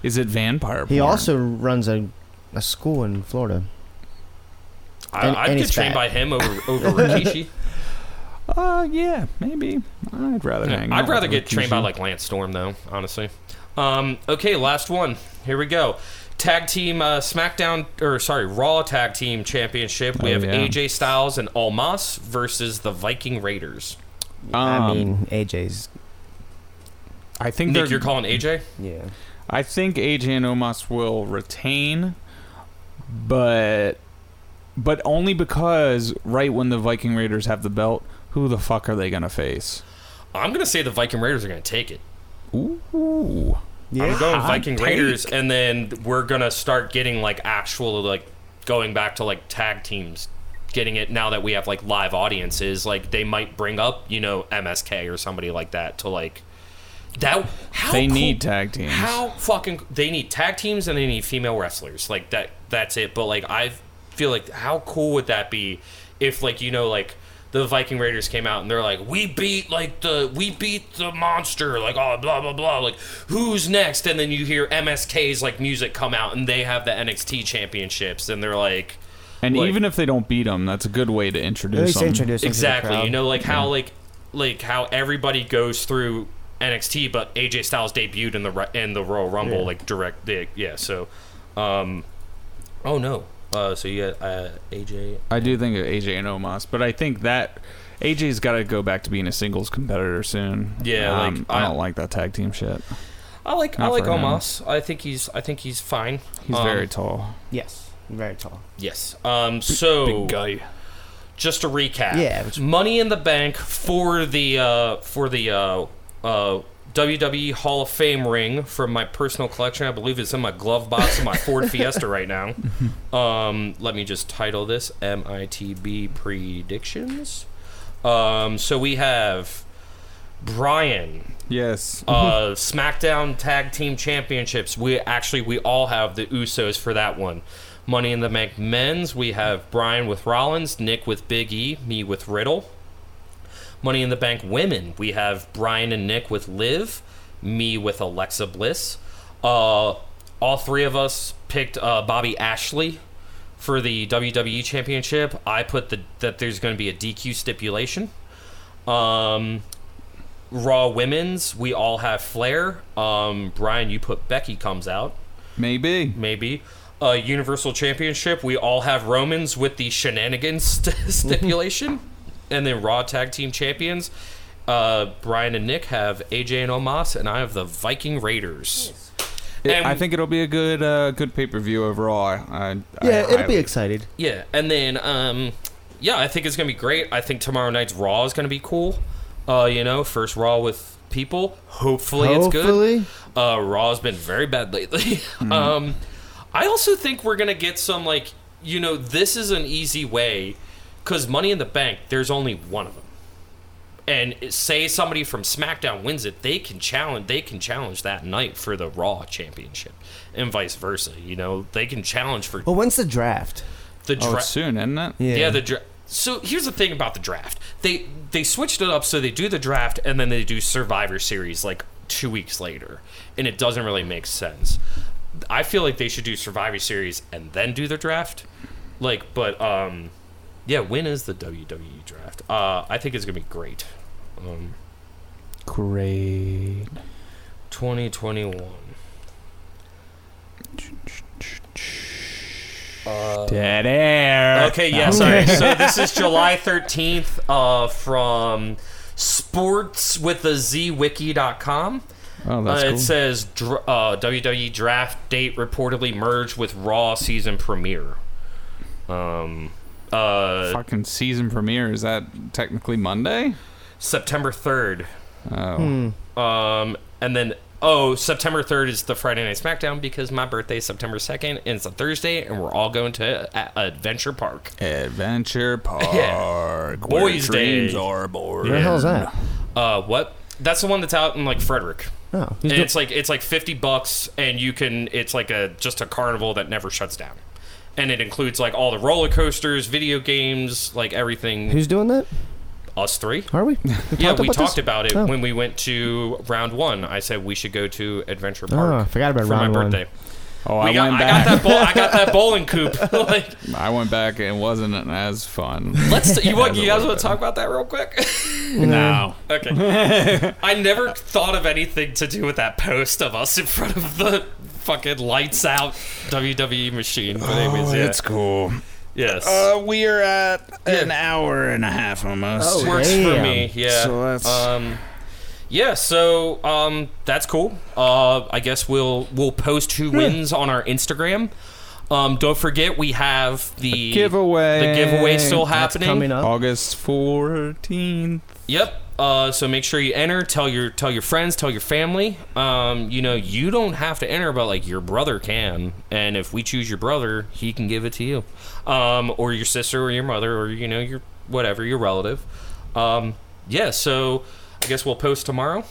Is it vampire? He porn? also runs a, a school in Florida. I, And- I'd and get he's trained by fat. him *laughs* over over Rikishi. Uh, yeah, maybe. I'd rather hang. out I'd rather with get trained by Rikishi. like Lance Storm though, honestly. Um, okay, last one. Here we go. Tag team uh, SmackDown or sorry Raw Tag Team Championship. We Oh, have yeah. AJ Styles and Almas versus the Viking Raiders. I Um, mean, AJ's. I think Nick, they're. you're calling AJ. Yeah. I think AJ and Omos will retain, but but only because right when the Viking Raiders have the belt, who the fuck are they gonna face? I'm gonna say the Viking Raiders are gonna take it. Ooh. I'm going Hot Viking take. Raiders, and then we're gonna start getting like actual like going back to like tag teams, getting it now that we have like live audiences. Like they might bring up you know MSK or somebody like that to like that. How They cool- need tag teams. How fucking they need tag teams and they need female wrestlers. Like that. That's it. But like I feel like how cool would that be if like you know like. The Viking Raiders came out and they're like, "We beat like the we beat the monster like oh blah blah blah like who's next?" And then you hear MSK's like music come out and they have the NXT championships and they're like, And Like- even if they don't beat them, that's a good way to At introduce least them. introduce him to the exactly crowd. you know like how like like how everybody goes through NXT but AJ Styles debuted in the Ru- in the Royal Rumble Yeah. like direct the, yeah so um oh no uh so you got uh AJ I do think of AJ and Omos, but I think that AJ's got to go back to being a singles competitor soon. Yeah, like, Um, I, I- don't like that tag team shit. I like I Not like for him. Omos I think he's I think he's fine He's Um, very tall. Yes. Very tall. yes um so guy. just to recap. Yeah, which- Money in the Bank for the uh, for the uh, uh, WWE Hall of Fame ring from my personal collection. I believe it's in my glove box in my *laughs* Ford Fiesta right now. Um, let me just title this MITB predictions. Um, so we have Brian Yes. uh, SmackDown Tag Team Championships. We actually we all have the Usos for that one. Money in the Bank men's. We have Brian with Rollins, Nick with Big E, me with Riddle. Money in the Bank women. We have Brian and Nick with Liv, me with Alexa Bliss. Uh, all three of us picked uh, Bobby Ashley for the WWE Championship. I put the that there's going to be a DQ stipulation. Um, Raw Women's, we all have Flair. Um, Brian, you put Becky comes out, Maybe. maybe. Uh, Universal Championship, we all have Romans with the shenanigans *laughs* st- stipulation. and then Raw Tag Team Champions, uh, Brian and Nick have AJ and Omos, and I have the Viking Raiders. It- And- I think it'll be a good uh, good pay per view overall. I, I, I, Yeah, it'll be highly- excited. Yeah, and then um, yeah, I think it's gonna be great. I think tomorrow night's Raw is gonna be cool. Uh, you know, first Raw with people. Hopefully, Hopefully. it's good. Uh, Raw has been very bad lately. *laughs* Hmm. um, I also think we're gonna get some like you know this is an easy way because Money in the Bank there's only one of them. And say somebody from SmackDown wins it, they can challenge. They can challenge that night for the Raw Championship, and vice versa. You know, they can challenge for Well, when's the draft? the Oh, dra- it's soon, isn't it? yeah, the dra- So here's the thing about the draft. They they switched it up so they do the draft and then they do Survivor Series like two weeks later, and it doesn't really make sense. I feel like they should do Survivor Series and then do the draft. Like, but um, yeah, when is the WWE draft? Uh, I think it's gonna be great. Um, Great. 2021. Dead air. Okay, yeah, sorry. So this *laughs* is July 13th uh, from sportswithazwiki.com. Oh, Uh, that's it cool. says dr- uh, WWE draft date reportedly merged with Raw season premiere. Um, uh, Fucking season premiere. Is that technically Monday? September 3rd. Oh. Um, and then, oh, September 3rd is the Friday Night SmackDown because my birthday is September 2nd and it's a Thursday and we're all going to a- Adventure Park. Adventure *laughs* Park. where Boys' dreams Day. are born. Where the hell is that? Uh, what? That's the one that's out in like Frederick. Oh, And who's do- it's like it's like 50 bucks and you can it's like a just a carnival that never shuts down. And it includes like all the roller coasters, video games, like everything. who's doing that? Us three. *laughs* Are we? we Yeah, we about talked this? about it Oh. when we went to round one. I said we should go to Adventure Oh, Park. I forgot about for round my one. birthday. Oh, I We got, went I got back. that bowl, I got *laughs* that bowling coop. *laughs* like, I went back and it wasn't as *laughs* fun. *laughs* let's. You, want, you guys want bit. to talk about that real quick? no. Okay. I never thought of anything to do with that post of us in front of the fucking lights out WWE machine. But Oh, anyways, yeah. cool. yes. we are at Uh, an hour and a half almost. Oh, Works for damn. me. Yeah. So that's- Um, yeah. So um, that's cool. Uh, I guess we'll we'll post who wins on our Instagram. Um, don't forget we have the giveaway. The giveaway still That's happening. coming up. August 14th. Yep. Uh, so make sure you enter. Tell your tell your friends. Tell your family. Um, you know you don't have to enter, but like your brother can. And if we choose your brother, he can give it to you, um, or your sister, or your mother, or you know your whatever your relative. Um, yeah. So I guess we'll post tomorrow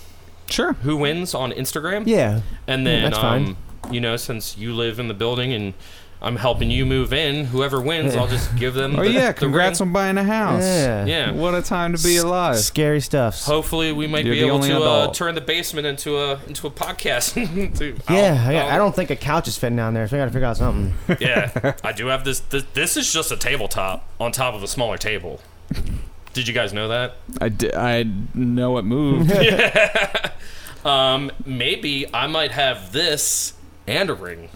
Sure. who wins on Instagram. Yeah. And then that's fine. Um, you know since you live in the building and I'm helping you move in, whoever wins, I'll just give them. *laughs* Oh the, yeah, the congrats ring. on buying a house. Yeah. Yeah. What a time to be alive. Scary stuff. Hopefully, we might You're be the able only to uh, adult. turn the basement into a into a podcast. *laughs* Dude, I'll- yeah, I, I'll- I don't think a couch is fitting down there, so I gotta figure out something. *laughs* Yeah, I do have this, this. This is just a tabletop on top of a smaller table. Did you guys know that? I, di- I know *laughs* it moved. Um, maybe I might have this and a ring.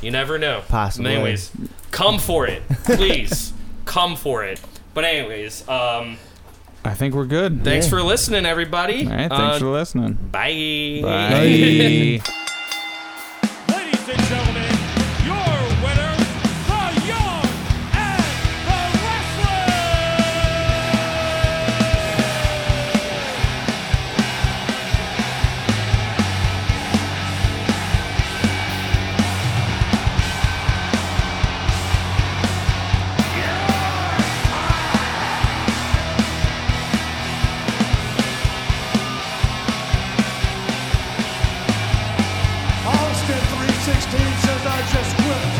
You never know. Possibly. Anyways, come for it, please. *laughs* come for it. But anyways, um, I think we're good. thanks Yeah. for listening, everybody. All right, thanks Uh, for listening. Bye. *laughs* Bye. Ladies and gentlemen, your winner, the Young and the Restless. Austin 316 says I just quit.